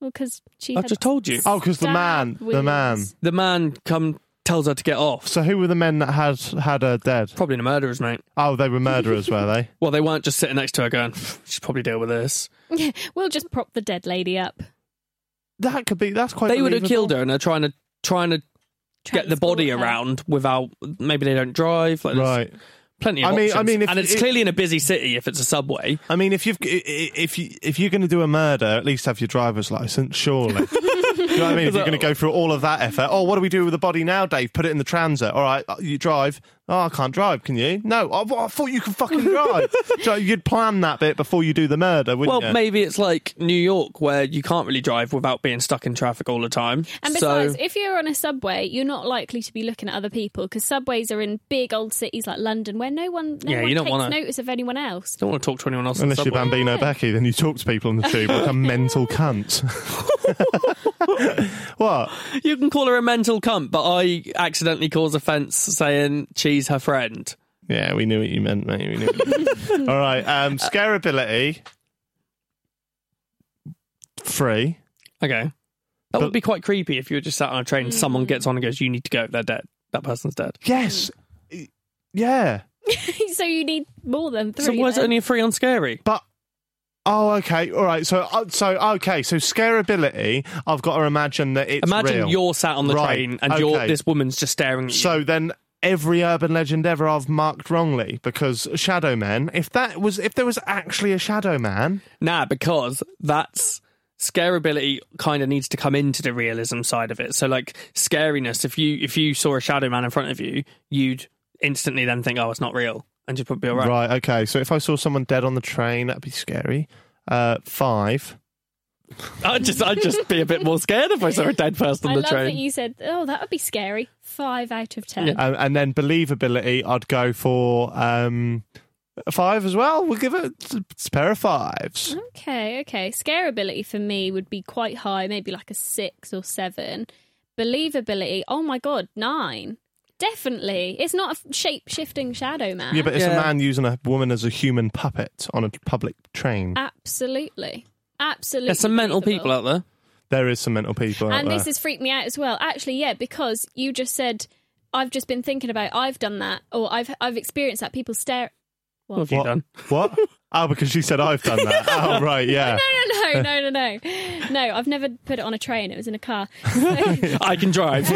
Speaker 6: Well, because she.
Speaker 5: I've
Speaker 6: had
Speaker 5: just told you.
Speaker 4: Oh, 'cause the
Speaker 6: stab
Speaker 4: man- the man.
Speaker 6: wounds.
Speaker 5: The man come tells her to get off.
Speaker 4: So who were the men that had had her dead?
Speaker 5: Probably the murderers, mate.
Speaker 4: Oh, they were murderers, were they?
Speaker 5: Well, they weren't just sitting next to her going, "She's probably deal with this."
Speaker 6: <laughs> We'll just prop the dead lady up.
Speaker 4: <laughs> That could be. That's quite.
Speaker 5: they would have
Speaker 4: believable.
Speaker 5: killed her, and they're trying to trying to get the body
Speaker 6: transport her.
Speaker 5: around without. Maybe they don't drive. Like there's-
Speaker 4: Right.
Speaker 5: plenty of
Speaker 4: I mean- I
Speaker 5: options.
Speaker 4: mean, if
Speaker 5: and it's
Speaker 4: it-
Speaker 5: clearly in a busy city if it's a subway.
Speaker 4: I mean, if you've i- i- if you if you're going to do a murder, at least have your driver's license, surely. <laughs> you know what I
Speaker 5: <laughs>
Speaker 4: mean? If you're going to go through all of that effort, oh, what do we do with the body now, Dave? Put it in the transit. All right, uh, you drive. Oh, I can't drive. Can you? No, I, I thought you could fucking
Speaker 5: <laughs>
Speaker 4: drive. so you'd plan that bit before you do the murder, wouldn't
Speaker 5: Well,
Speaker 4: you?
Speaker 5: maybe it's like New York where you can't really drive without being stuck in traffic all the time.
Speaker 6: And
Speaker 5: so
Speaker 6: besides, if you're on a subway, you're not likely to be looking at other people because subways are in big old cities like London where no one, no
Speaker 5: Yeah,
Speaker 6: one
Speaker 5: you don't
Speaker 6: takes
Speaker 5: wanna-
Speaker 6: notice of anyone else. <laughs>
Speaker 5: don't want to talk to anyone else. in the
Speaker 4: Unless you're
Speaker 5: subway.
Speaker 4: Bambino Becky, then you talk to people on the tube
Speaker 5: <laughs>
Speaker 4: like a mental cunt. what?
Speaker 5: you can call her a mental cunt, but I accidentally cause offence saying she's her friend.
Speaker 4: Yeah, we knew what you meant, mate. We knew what you
Speaker 5: <laughs>
Speaker 4: meant. All right, um, scarability. Free.
Speaker 5: Okay, that would be quite creepy if you were just sat on a train. and Someone
Speaker 6: Mm.
Speaker 5: gets on and goes, "You need to go. They're dead. That person's dead."
Speaker 4: Yes. Yeah.
Speaker 6: so you need more than three.
Speaker 5: so why is it
Speaker 6: then.
Speaker 5: only a three on scary?
Speaker 4: But Oh, okay, all right. So, uh, so okay, so scarability. I've got to imagine that it's
Speaker 5: Imagine
Speaker 4: real.
Speaker 5: you're sat on the
Speaker 4: Right,
Speaker 5: train and you're,
Speaker 4: okay.
Speaker 5: this woman's just staring at you.
Speaker 4: So then every urban legend ever I've marked wrongly because Shadow Man, if that was if there was actually a Shadow Man,
Speaker 5: Nah, because that's scarability kind of needs to come into the realism side of it. So like scariness, if you if you saw a shadow man in front of you, you'd instantly then think, oh, it's not real, and you'd probably be all right.
Speaker 4: right. okay. So if I saw someone dead on the train, that'd be scary. Uh 5.
Speaker 5: I'd just I'd just be a bit more scared if I saw a dead person
Speaker 6: I
Speaker 5: on the
Speaker 6: love
Speaker 5: train.
Speaker 6: that you said, oh, that would be scary. Five out of ten.
Speaker 4: Um, and then believability, I'd go for um 5 as well. We'll give it a pair of fives.
Speaker 6: Mm-hmm. Okay, okay. Scarability for me would be quite high, maybe like a six or seven. Believability, oh my god, nine. Definitely. It's not a shape shifting shadow man.
Speaker 4: Yeah, but it's
Speaker 5: Yeah.
Speaker 4: a man using a woman as a human puppet on a public train.
Speaker 6: Uh, Absolutely. Absolutely.
Speaker 5: There's some mental
Speaker 6: believable.
Speaker 5: people out there.
Speaker 4: There is some mental people out
Speaker 6: and
Speaker 4: there.
Speaker 6: this has freaked me out as well. Actually, yeah, because you just said I've just been thinking about I've done that or I've I've experienced that people stare <laughs>
Speaker 5: What have you
Speaker 4: what?
Speaker 5: done?
Speaker 4: what? Oh, because she said I've done
Speaker 6: <laughs>
Speaker 4: that. oh, right, yeah.
Speaker 6: No, no, no, no, no. No, I've never put it on a train. It was in a car.
Speaker 5: I can drive.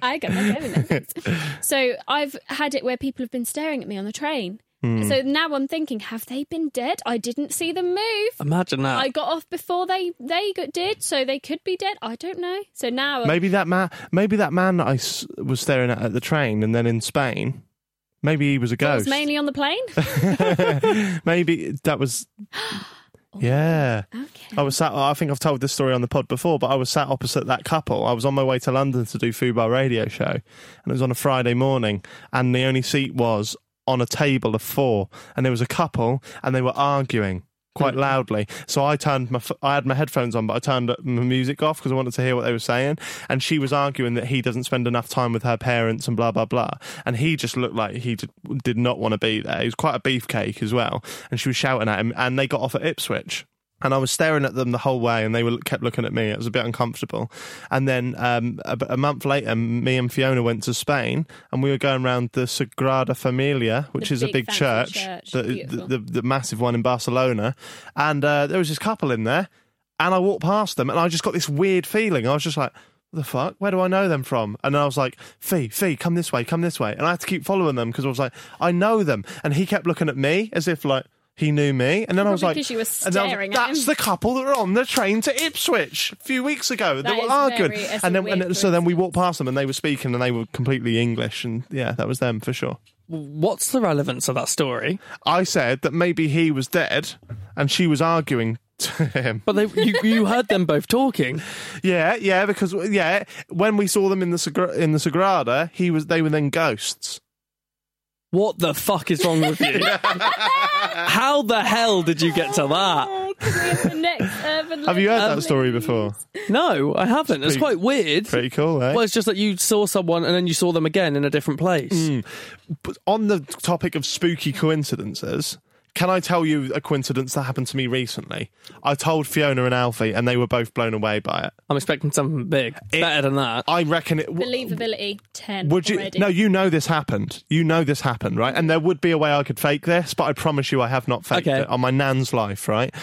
Speaker 4: <laughs>
Speaker 6: I got my driving lessons. So I've had it where people have been staring at me on the train.
Speaker 4: Hmm.
Speaker 6: So now I'm thinking, have they been dead? I didn't see them move.
Speaker 5: Imagine that.
Speaker 6: I got off before they they got, did, so they could be dead. I don't know. So now
Speaker 4: Maybe that man. Maybe that man that I s- was staring at at the train, and then in Spain. Maybe he was a
Speaker 6: I
Speaker 4: ghost.
Speaker 6: was mainly on
Speaker 4: <laughs>
Speaker 6: the plane.
Speaker 4: maybe that was. Yeah,
Speaker 6: Okay.
Speaker 4: I was sat. I think I've told this story on the pod before, but I was sat opposite that couple. I was on my way to London to do Fubar Radio Show, and it was on a Friday morning, and the only seat was on a table of four, and there was a couple, and they were arguing quite loudly. So I turned my, f- I had my headphones on, but I turned up my music off because I wanted to hear what they were saying. And she was arguing that he doesn't spend enough time with her parents and blah blah blah. And he just looked like he did, did not want to be there. He was quite a beefcake as well. And she was shouting at him, and they got off at Ipswich. And I was staring at them the whole way, and they were kept looking at me. It was a bit uncomfortable. And then um, a, a month later, me and Fiona went to Spain, and we were going around the Sagrada Familia, which
Speaker 6: The
Speaker 4: is a
Speaker 6: big
Speaker 4: big
Speaker 6: fancy
Speaker 4: church,
Speaker 6: church.
Speaker 4: that-
Speaker 6: Beautiful.
Speaker 4: the, the massive one in Barcelona, and uh, there was this couple in there, and I walked past them, and I just got this weird feeling. I was just like, "What the fuck? Where do I know them from?" And I was like, "Fee, Fee, come this way, come this way," and I had to keep following them because I was like, "I know them," and he kept looking at me as if like. He knew me, and then I was
Speaker 6: Probably
Speaker 4: like,
Speaker 6: 'cause you were
Speaker 4: and then I was like,
Speaker 6: staring at
Speaker 4: "That's
Speaker 6: him."
Speaker 4: the couple that were on the train to Ipswich a few weeks ago.
Speaker 6: That
Speaker 4: they
Speaker 6: is
Speaker 4: were arguing,
Speaker 6: very- that's a
Speaker 4: and then and
Speaker 6: weird
Speaker 4: so then we walked past them, and they were speaking, and they were completely English, and yeah, that was them for sure."
Speaker 5: What's the relevance of that story?
Speaker 4: I said that maybe he was dead and she was arguing to him.
Speaker 5: But they, you, you heard them both talking.
Speaker 4: Yeah, yeah, because yeah, when we saw them in the Sagra- in the Sagrada, he was they were then ghosts.
Speaker 5: What the fuck is wrong with
Speaker 4: <laughs>
Speaker 5: you? How the hell did you get to that?
Speaker 6: Oh, can we have
Speaker 4: <laughs>
Speaker 6: the next urban
Speaker 4: Have you heard
Speaker 6: legend,
Speaker 4: that story
Speaker 6: please?
Speaker 4: before?
Speaker 5: No, I haven't. It's
Speaker 4: pretty-
Speaker 5: quite weird.
Speaker 4: Pretty cool, eh?
Speaker 5: Well, it's just that you saw someone and then you saw them again in a different place.
Speaker 4: Hmm. But on the topic of spooky coincidences, can I tell you a coincidence that happened to me recently? I told Fiona and Alfie, and they were both blown away by it.
Speaker 5: I'm expecting something big. It's better than that.
Speaker 4: I reckon it.
Speaker 6: Believability ten.
Speaker 4: Would you?
Speaker 6: already.
Speaker 4: No, you know this happened. You know this happened, right? And there would be a way I could fake this, but I promise you, I have not faked
Speaker 5: Okay.
Speaker 4: it on my nan's life, right?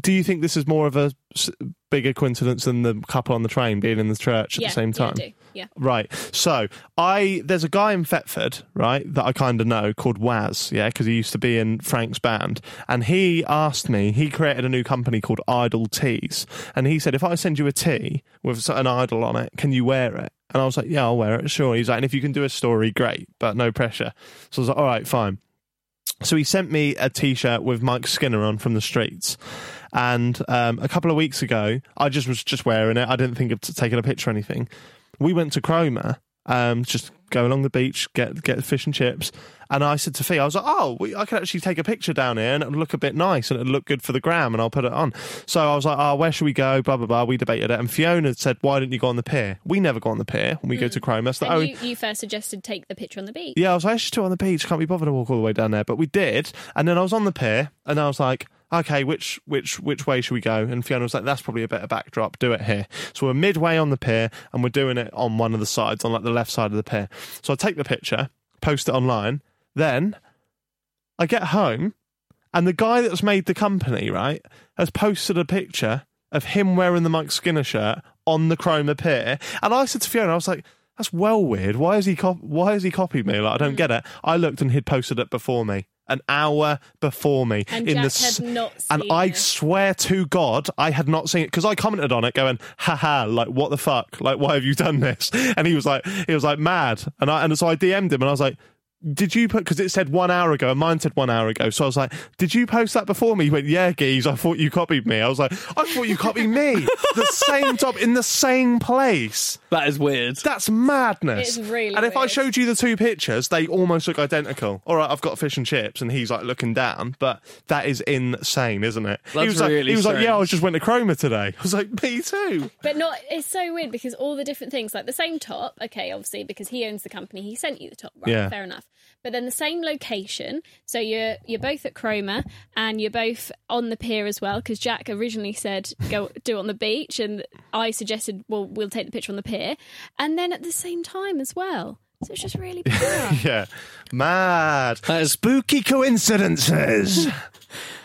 Speaker 4: Do you think this is more of a s- bigger coincidence than the couple on the train being in the church at
Speaker 6: yeah,
Speaker 4: the same time?
Speaker 6: Yeah, I do. yeah.
Speaker 4: Right. So I there's a guy in Thetford, right, that I kind of know called Waz, yeah, because he used to be in Frank's band, and he asked me. He created a new company called Idol Tees, and he said, if I send you a tee with s- an idol on it, can you wear it? And I was like, yeah, I'll wear it, sure. He's like, and if you can do a story, great, but no pressure. So I was like, all right, fine. So he sent me a T-shirt with Mike Skinner on from the streets, and um, a couple of weeks ago, I just was just wearing it. I didn't think of t- taking a picture or anything. We went to Cromer, um, just go along the beach, get get fish and chips, and I said to Fee, I was like, "Oh, we, I could actually take a picture down here, and it'll look a bit nice, and it'll look good for the gram, and I'll put it on." So I was like, "Oh, where should we go?" Blah blah blah. We debated it, and Fiona said, "Why didn't you go on the pier?" We never go on the pier when we go to Cromer. It's the
Speaker 6: Mm. And
Speaker 4: only-
Speaker 6: you, you first suggested take the picture on the beach.
Speaker 4: yeah, I was like, I should do it on the beach. Can't be bothered to walk all the way down there. But we did. And then I was on the pier and I was like, okay, which which which way should we go? And Fiona was like, that's probably a better backdrop. Do it here. So we're midway on the pier and we're doing it on one of the sides, on like the left side of the pier. So I take the picture, post it online. Then I get home And the guy that's made the company, right, has posted a picture of him wearing the Mike Skinner shirt on the Chroma Pier. And I said to Fiona, I was like, that's well weird. Why has he cop- why has he copied me? Like I don't get it. I looked and he'd posted it before me. An hour before me
Speaker 6: And
Speaker 4: in
Speaker 6: Jack
Speaker 4: the s-
Speaker 6: had not
Speaker 4: and
Speaker 6: seen
Speaker 4: I
Speaker 6: it.
Speaker 4: swear to God, I had not seen it because I commented on it, going, "Haha, like what the fuck? Like why have you done this?" <laughs> And he was like, he was like mad, and I and so I DM'd him, and I was like. Did you put because it said one hour ago and mine said one hour ago? So I was like, Did you post that before me? He went, Yeah, geez, I thought you copied me. I was like, I thought you copied me. the same job in the same place.
Speaker 5: That is weird.
Speaker 4: That's madness.
Speaker 6: It's really
Speaker 4: And if I
Speaker 6: weird.
Speaker 4: showed you the two pictures, they almost look identical. All right, I've got fish and chips, and he's like looking down, but that is insane, isn't it? he
Speaker 5: That's
Speaker 4: was like,
Speaker 5: really
Speaker 4: he was like, yeah, I
Speaker 5: strange.
Speaker 4: was just went to Chroma today. I was like, me too. <laughs>
Speaker 6: But not, it's so weird because all the different things, like the same top, okay, obviously, because he owns the company, he sent you the top, right?
Speaker 4: Yeah.
Speaker 6: Fair enough. But then the same location, so you're you're both at Cromer and you're both on the pier as well, because Jack originally said go do it on the beach, and I suggested, well, we'll take the picture on the pier, and then at the same time as well. So it's just really bizarre.
Speaker 4: Yeah, mad.
Speaker 5: That is
Speaker 4: Spooky
Speaker 5: <laughs>
Speaker 4: coincidences.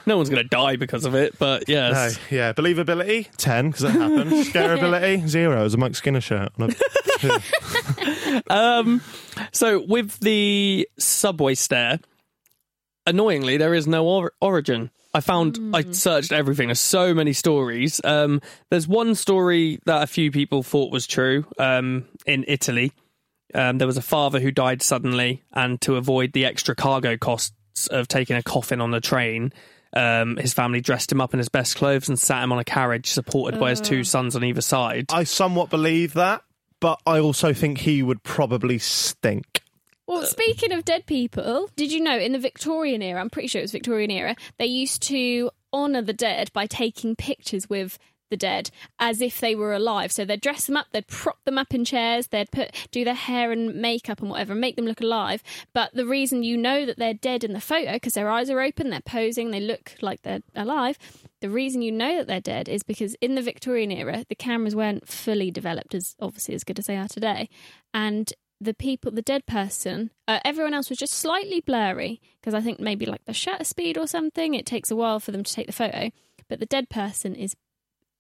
Speaker 5: No one's going to die because of it, but
Speaker 4: no,
Speaker 5: yes.
Speaker 4: yeah, believability ten because it
Speaker 5: <laughs>
Speaker 4: happened. Scarability zero as a Mike Skinner shirt. On a-
Speaker 5: So with the subway stair, annoyingly, there is no or- origin. I found I searched everything. There's so many stories. Um, there's one story that a few people thought was true. Um, in Italy, um, there was a father who died suddenly, and to avoid the extra cargo costs of taking a coffin on the train, um, his family dressed him up in his best clothes and sat him on a carriage supported by his two sons on either side.
Speaker 4: I somewhat believe that, but I also think he would probably stink.
Speaker 6: Well, speaking of dead people, did you know in the Victorian era, I'm pretty sure it was Victorian era, they used to honour the dead by taking pictures with the dead as if they were alive. So they'd dress them up, they'd prop them up in chairs, they'd put do their hair and makeup and whatever, and make them look alive. But the reason you know that they're dead in the photo because their eyes are open, they're posing, they look like they're alive. The reason you know that they're dead is because in the Victorian era, the cameras weren't fully developed as obviously as good as they are today, and the people, the dead person, uh, everyone else was just slightly blurry because I think maybe like the shutter speed or something, it takes a while for them to take the photo. But the dead person is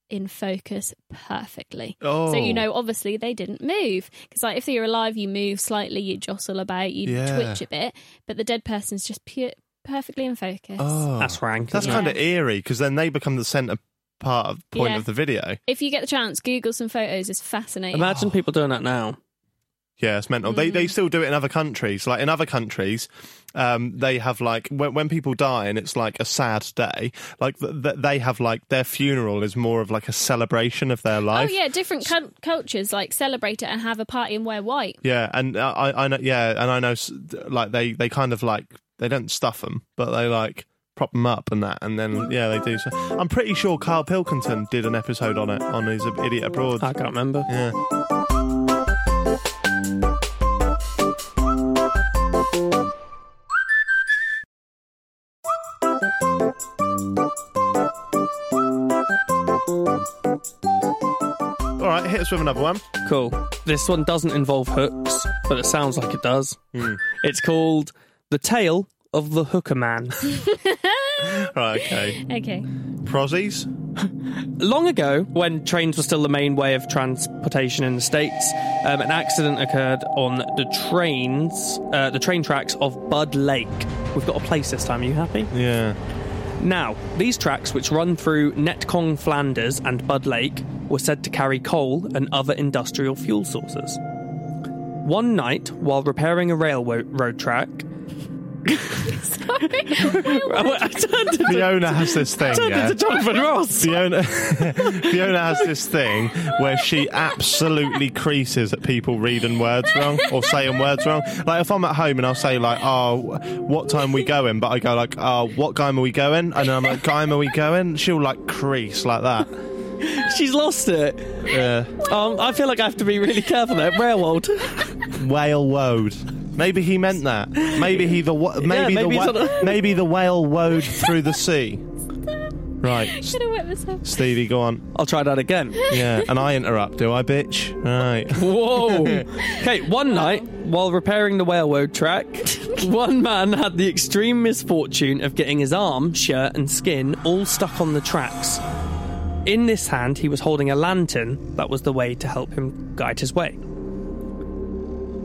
Speaker 6: in focus perfectly. So
Speaker 4: Oh.
Speaker 6: you know, obviously they didn't move because like if you're alive, you move slightly, you jostle about, you
Speaker 4: Yeah.
Speaker 6: twitch a bit, but the dead person's just pure, perfectly in focus.
Speaker 4: Oh.
Speaker 5: Oh. That's rank.
Speaker 4: That's
Speaker 5: isn't it?
Speaker 6: Yeah.
Speaker 4: kind of eerie because then they become the centre part of point
Speaker 6: Yeah.
Speaker 4: of the video.
Speaker 6: If you get the chance, Google some photos. It's fascinating.
Speaker 5: Imagine people doing that now.
Speaker 4: Yeah, it's mental. They
Speaker 6: Mm-hmm.
Speaker 4: they still do it in other countries. Like in other countries, um, they have like when, when people die and it's like a sad day. Like th- th- they have like their funeral is more of like a celebration of their
Speaker 6: oh
Speaker 4: life.
Speaker 6: yeah, different cul- cultures like celebrate it and have a party and wear white.
Speaker 4: Yeah, and uh, I I know yeah, and I know s- like they they kind of like they don't stuff them, but they like prop them up and that, and then yeah, they do. So I'm pretty sure Carl Pilkington did an episode on it on his Idiot Abroad.
Speaker 5: I can't remember.
Speaker 4: Yeah. All right, hit us with another one.
Speaker 5: Cool. This one doesn't involve hooks, but it sounds like it does. It's called The Tale of the Hooker Man.
Speaker 4: Right, okay. <laughs>
Speaker 6: Okay. <laughs>
Speaker 4: Prozzies?
Speaker 5: Long ago, when trains were still the main way of transportation in the States, um, an accident occurred on the trains, uh, the train tracks of Bud Lake. We've got a place this time. Are you happy?
Speaker 4: Yeah.
Speaker 5: Now, these tracks, which run through Netcong, Flanders, and Bud Lake, were said to carry coal and other industrial fuel sources. One night, while repairing a railroad track, <laughs> I turned into,
Speaker 4: Fiona has
Speaker 5: <laughs>
Speaker 4: this thing.
Speaker 5: turned
Speaker 4: yeah?
Speaker 5: into Jonathan Ross.
Speaker 4: Fiona, <laughs> Fiona has this thing where she absolutely creases at people reading words wrong or saying words wrong. Like if I'm at home and I'll say like, "Oh, what time we going?" But I go like, "Oh, what time are we going?" And then I'm like, "Time are we going?" She'll like crease like that.
Speaker 5: She's lost it.
Speaker 4: Yeah,
Speaker 5: Um, I feel like I have to be really careful there. Railroad.
Speaker 4: whale woad. Maybe he meant that. Maybe he the wa- maybe
Speaker 5: maybe
Speaker 4: the
Speaker 5: he's
Speaker 4: wa-
Speaker 5: on a- <laughs>
Speaker 4: maybe the whale woad through the sea.
Speaker 6: <laughs>
Speaker 4: Right,
Speaker 6: Should have wet myself.
Speaker 4: Stevie, go on.
Speaker 2: I'll try that again.
Speaker 4: Yeah, and I interrupt, do I, bitch? Right.
Speaker 2: Whoa. okay, one night, while repairing the railroad track, one man had the extreme misfortune of getting his arm, shirt, and skin all stuck on the tracks. In this hand, he was holding a lantern that was the way to help him guide his way.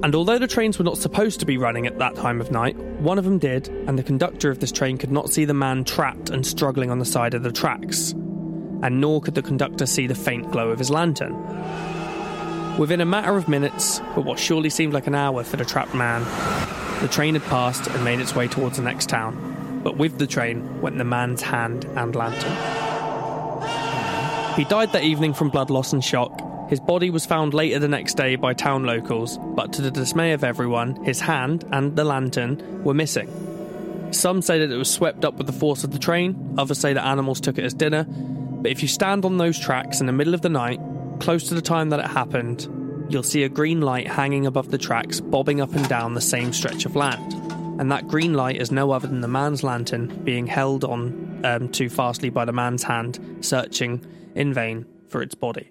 Speaker 2: And although the trains were not supposed to be running at that time of night, one of them did, and the conductor of this train could not see the man trapped and struggling on the side of the tracks, and nor could the conductor see the faint glow of his lantern. Within a matter of minutes, but what surely seemed like an hour for the trapped man, the train had passed and made its way towards the next town. But with the train went the man's hand and lantern. He died that evening from blood loss and shock. His body was found later the next day by town locals, but to the dismay of everyone, his hand and the lantern were missing. Some say that it was swept up with the force of the train, others say that animals took it as dinner, but if you stand on those tracks in the middle of the night, close to the time that it happened, you'll see a green light hanging above the tracks, bobbing up and down the same stretch of land. And that green light is no other than the man's lantern being held on um, too fastly by the man's hand, searching in vain for its body.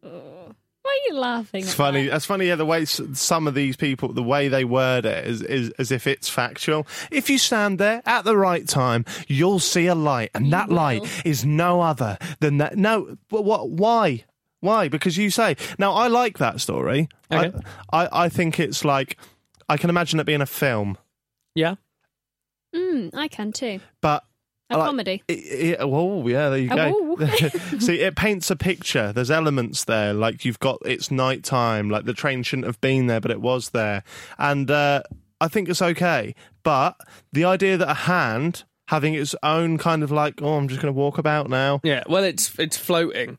Speaker 6: Why are you laughing?
Speaker 4: It's funny. That's funny. Yeah, the way s- some of these people, the way they word it, is, is as if it's factual. If you stand there at the right time, you'll see a light, and that light
Speaker 6: will.
Speaker 4: is no other than that. No, but what? Why? Why? Because you say. Now, I like that story. I-
Speaker 2: Okay.
Speaker 4: I, I, think it's like I can imagine it being a film,
Speaker 2: Yeah?
Speaker 6: Mm, I can too.
Speaker 4: but.
Speaker 6: A
Speaker 4: like-
Speaker 6: comedy.
Speaker 4: It, it, oh yeah, there you go. <laughs>
Speaker 6: Oh.
Speaker 4: See, it paints a picture. There's elements there, like you've got it's night time, like the train shouldn't have been there, but it was there, and uh, I think it's okay. But the idea that a hand having its own kind of like, oh, I'm just going to walk about now.
Speaker 2: Yeah, well, it's it's floating.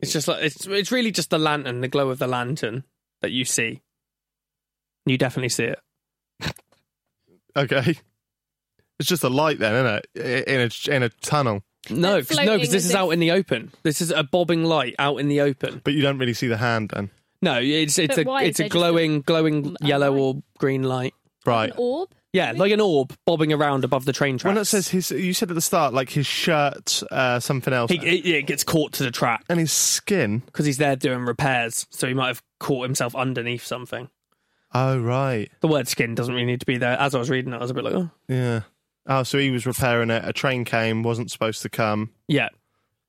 Speaker 2: It's just like it's it's really just the lantern, the glow of the lantern that you see. You definitely see it.
Speaker 4: Okay, it's just a light then, isn't it? In a in a tunnel,
Speaker 2: No,
Speaker 6: It's
Speaker 2: 'cause- no,
Speaker 6: floating
Speaker 2: because this
Speaker 6: as
Speaker 2: is
Speaker 6: if-
Speaker 2: out in the open. This is a bobbing light out in the open.
Speaker 4: but you don't really see the hand then,
Speaker 2: No, it's it's a
Speaker 6: But why is
Speaker 2: it's a
Speaker 6: there just a-
Speaker 2: glowing glowing
Speaker 6: a
Speaker 2: yellow
Speaker 6: light?
Speaker 2: or green light.
Speaker 4: right?
Speaker 6: An orb.
Speaker 2: Yeah, like an orb bobbing around above the train tracks.
Speaker 4: When it says his, you said at the start, like his shirt, uh, something else,
Speaker 2: he, it, it gets caught to the track
Speaker 4: and his skin.
Speaker 2: because he's there doing repairs, so he might have caught himself underneath something.
Speaker 4: Oh right,
Speaker 2: The word "skin" doesn't really need to be there. As I was reading it, I was a bit like, oh,
Speaker 4: yeah. Oh, so he was repairing it. A train came, wasn't supposed to come.
Speaker 2: yeah.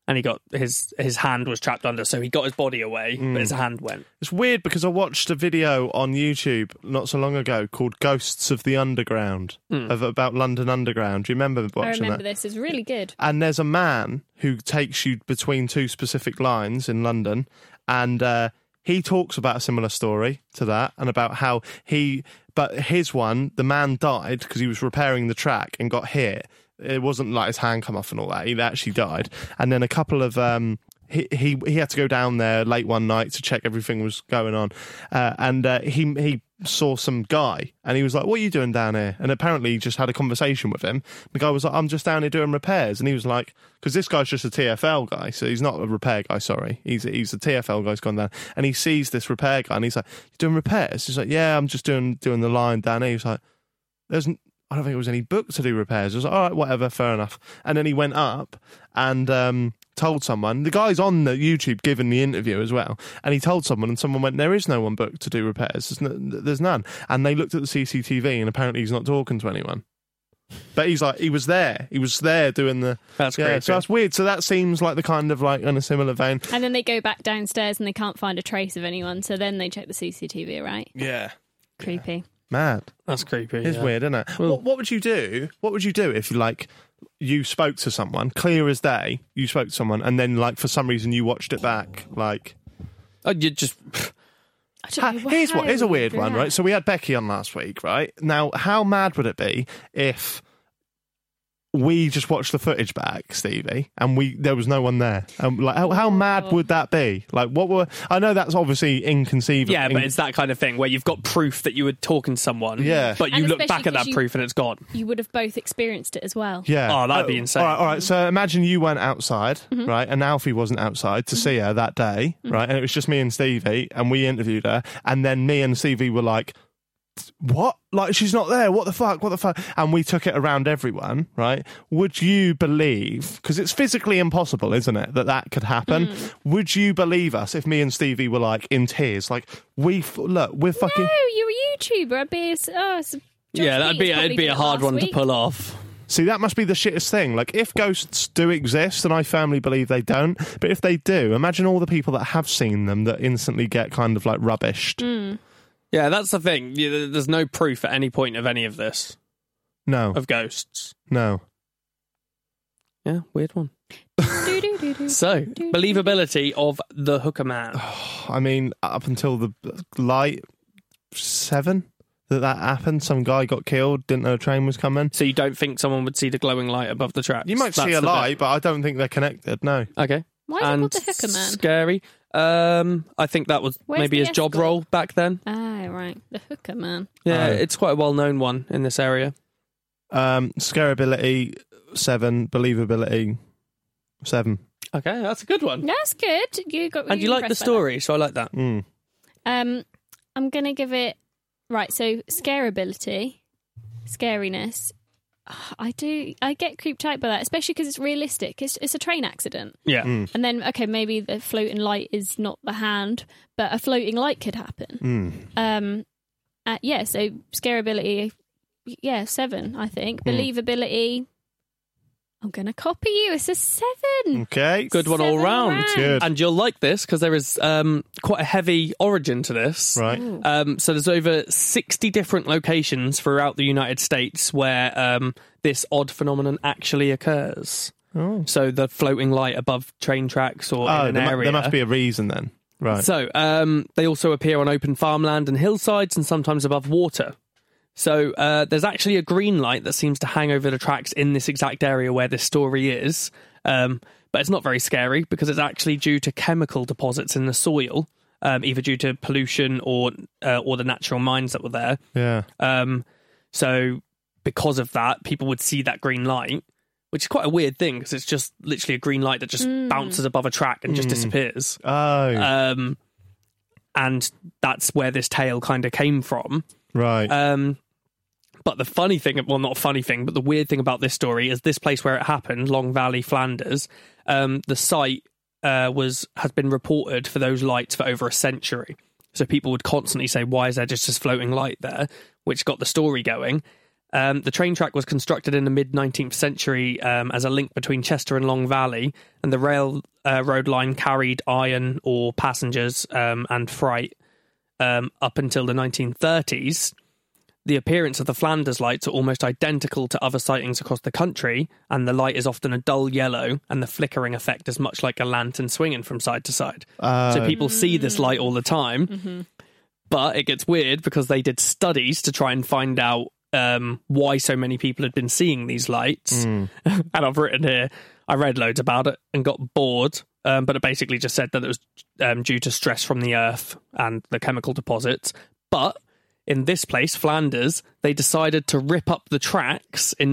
Speaker 2: And he got his his hand was trapped under, so he got his body away, but his hand went.
Speaker 4: It's weird because I watched a video on YouTube not so long ago called "Ghosts of the Underground" of about London Underground. Do you remember watching
Speaker 6: Hmm. I remember
Speaker 4: that?
Speaker 6: this is really good.
Speaker 4: and there's a man who takes you between two specific lines in London, and uh, he talks about a similar story to that, and about how he, but his one, the man died because he was repairing the track and got hit. It wasn't like his hand come off and all that. He actually died, and then a couple of um, he, he he had to go down there late one night to check everything was going on, uh, and uh, he he saw some guy and he was like, "What are you doing down here?" And apparently, he just had a conversation with him. The guy was like, "I'm just down here doing repairs," and he was like, "Because this guy's just a TFL guy, so he's not a repair guy. Sorry, he's he's a TFL guy's gone down." And he sees this repair guy and he's like, "You doing repairs?" He's like, "Yeah, I'm just doing doing the line down here." He's like, "There's." N- I don't think it was any book to do repairs. I was like, all right, whatever, fair enough. And then he went up and um, told someone. The guy's on the YouTube giving the interview as well. And he told someone, and someone went, there is no one booked to do repairs. There's, no, there's none. And they looked at the CCTV, and apparently he's not talking to anyone. But he's like, he was there. He was there doing the.
Speaker 2: That's
Speaker 4: yeah,
Speaker 2: creepy.
Speaker 4: So that's weird. So that seems like the kind of like in a similar vein.
Speaker 6: And then they go back downstairs and they can't find a trace of anyone. So then they check the CCTV, right?
Speaker 4: Yeah.
Speaker 6: Creepy.
Speaker 4: Mad.
Speaker 2: That's creepy.
Speaker 4: It's
Speaker 2: yeah.
Speaker 4: weird, isn't it? what, what would you do? What would you do if like you spoke to someone clear as day? You spoke to someone, and then like for some reason you watched it back. Like
Speaker 2: Oh, you just
Speaker 6: I don't know
Speaker 4: here's
Speaker 6: how
Speaker 4: what here's a
Speaker 6: we
Speaker 4: weird
Speaker 6: do
Speaker 4: one,
Speaker 6: that.
Speaker 4: right? So we had Becky on last week, right? Now, how mad would it be if we just watched the footage back, Stevie, and we there was no one there? Um, like how, how mad would that be? Like what were? I know that's obviously inconceivable.
Speaker 2: yeah, but it's that kind of thing where you've got proof that you were talking to someone.
Speaker 4: Yeah.
Speaker 2: but you
Speaker 6: And
Speaker 2: look
Speaker 6: especially
Speaker 2: back at
Speaker 6: 'cause
Speaker 2: that
Speaker 6: you-
Speaker 2: proof and it's gone.
Speaker 6: You would have both experienced it as well.
Speaker 4: Yeah.
Speaker 2: Oh, that'd be insane.
Speaker 4: All right, all right. So imagine you weren't outside, right? And Alfie wasn't outside to see her that day, right? And it was just me and Stevie, and we interviewed her. And then me and Stevie were like, what? Like, she's not there. What the fuck? What the fuck? And we took it around everyone, right? Would you believe, because it's physically impossible, isn't it, that that could happen? Would you believe us if me and Stevie were like in tears? Like, we, f- look, we're fucking.
Speaker 6: Oh, you're a YouTuber. I'd be. A, s- oh, it's a- Josh
Speaker 5: yeah, that'd be
Speaker 6: Keating's
Speaker 5: it'd be
Speaker 6: probably did
Speaker 5: a
Speaker 6: it
Speaker 5: hard
Speaker 6: last
Speaker 5: one to
Speaker 6: week.
Speaker 5: pull off.
Speaker 4: See, that must be the shittest thing. Like, if ghosts do exist, and I firmly believe they don't, but if they do, imagine all the people that have seen them that instantly get kind of like rubbished.
Speaker 5: Mm. Yeah, that's the thing. Yeah, there- There's no proof at any point of any of this
Speaker 4: No,
Speaker 5: of ghosts.
Speaker 4: no.
Speaker 5: Yeah, weird one.
Speaker 6: Doo-doo-doo-doo.
Speaker 5: So, believability of the
Speaker 2: <sighs>
Speaker 5: hooker man.
Speaker 4: I mean, up until the light seven that that happened, some guy got killed, didn't know a train was coming.
Speaker 5: So you don't think someone would see the glowing light above the tracks?
Speaker 4: You might
Speaker 5: That's
Speaker 4: see a
Speaker 5: the bit.
Speaker 4: light, but I don't think they're connected. No.
Speaker 5: Okay.
Speaker 6: Why is it
Speaker 5: and
Speaker 6: called the hooker man?
Speaker 5: Scary. Um, I think that was
Speaker 6: Where's
Speaker 5: maybe
Speaker 6: the
Speaker 5: his job
Speaker 6: escort?
Speaker 5: role back then.
Speaker 6: Ah, right. The hooker man.
Speaker 5: Yeah,
Speaker 4: Oh.
Speaker 5: it's quite a well-known one in this area.
Speaker 4: Um, scarability seven, believability seven.
Speaker 5: Okay, that's a good one.
Speaker 6: That's good. You got.
Speaker 5: and you like the
Speaker 6: impressed by that.
Speaker 5: story, so I like that.
Speaker 4: Mm.
Speaker 6: Um, I'm gonna give it right. So scareability, scariness. I do. I get creeped out by that, especially because it's realistic. It's it's a train accident,
Speaker 5: Yeah.
Speaker 4: Mm. Hmm.
Speaker 6: and then okay, maybe the floating light is not the hand, but a floating light could
Speaker 4: Hmm.
Speaker 6: happen. Um, uh, yeah. So scareability, yeah, seven. I think
Speaker 4: Hmm.
Speaker 6: believability. I'm gonna copy you. It's a
Speaker 4: Hmm.
Speaker 6: seven.
Speaker 4: Okay.
Speaker 5: Good one all
Speaker 6: Seven
Speaker 5: round.
Speaker 6: rounds.
Speaker 4: Good.
Speaker 5: And you'll like this because there is um, quite a heavy origin to this.
Speaker 4: Right.
Speaker 5: Um, so there's over 60 different locations throughout the United States where um, this odd phenomenon actually occurs. So the floating light above train tracks or in
Speaker 4: Oh,
Speaker 5: an
Speaker 4: there, mu-
Speaker 5: area.
Speaker 4: there must be a reason then. Right.
Speaker 5: So um, they also appear on open farmland and hillsides, and sometimes above water. So uh, there's actually a green light that seems to hang over the tracks in this exact area where this story is, um, but it's not very scary because it's actually due to chemical deposits in the soil, um, either due to pollution or uh, or the natural mines that were there.
Speaker 4: yeah.
Speaker 5: Um, so because of that, people would see that green light, which is quite a weird thing because it's just literally a green light that just bounces above a track and just disappears
Speaker 4: Oh,
Speaker 5: um, and that's where this tale kind of came from.
Speaker 4: right.
Speaker 5: Um, but the funny thing, well, not funny thing, but the weird thing about this story is this place where it happened, Long Valley, Flanders. Um, the site uh, was has been reported for those lights for over a century. So people would constantly say, "Why is there just this floating light there?" Which got the story going. Um, the train track was constructed in the mid 19th century um, as a link between Chester and Long Valley, and the rail uh, road line carried iron or passengers um, and freight um, up until the 1930s. The appearance of the Flanders lights are almost identical to other sightings across the country, and the light is often a dull yellow, and the flickering effect is much like a lantern swinging from side to side. so people see this light all the time, but it gets weird because they did studies to try and find out um, why so many people had been seeing these lights. <laughs> and I've written here, I read loads about it and got bored, um, but it basically just said that it was um, due to stress from the earth and the chemical deposits. But in this place, Flanders, they decided to rip up the tracks in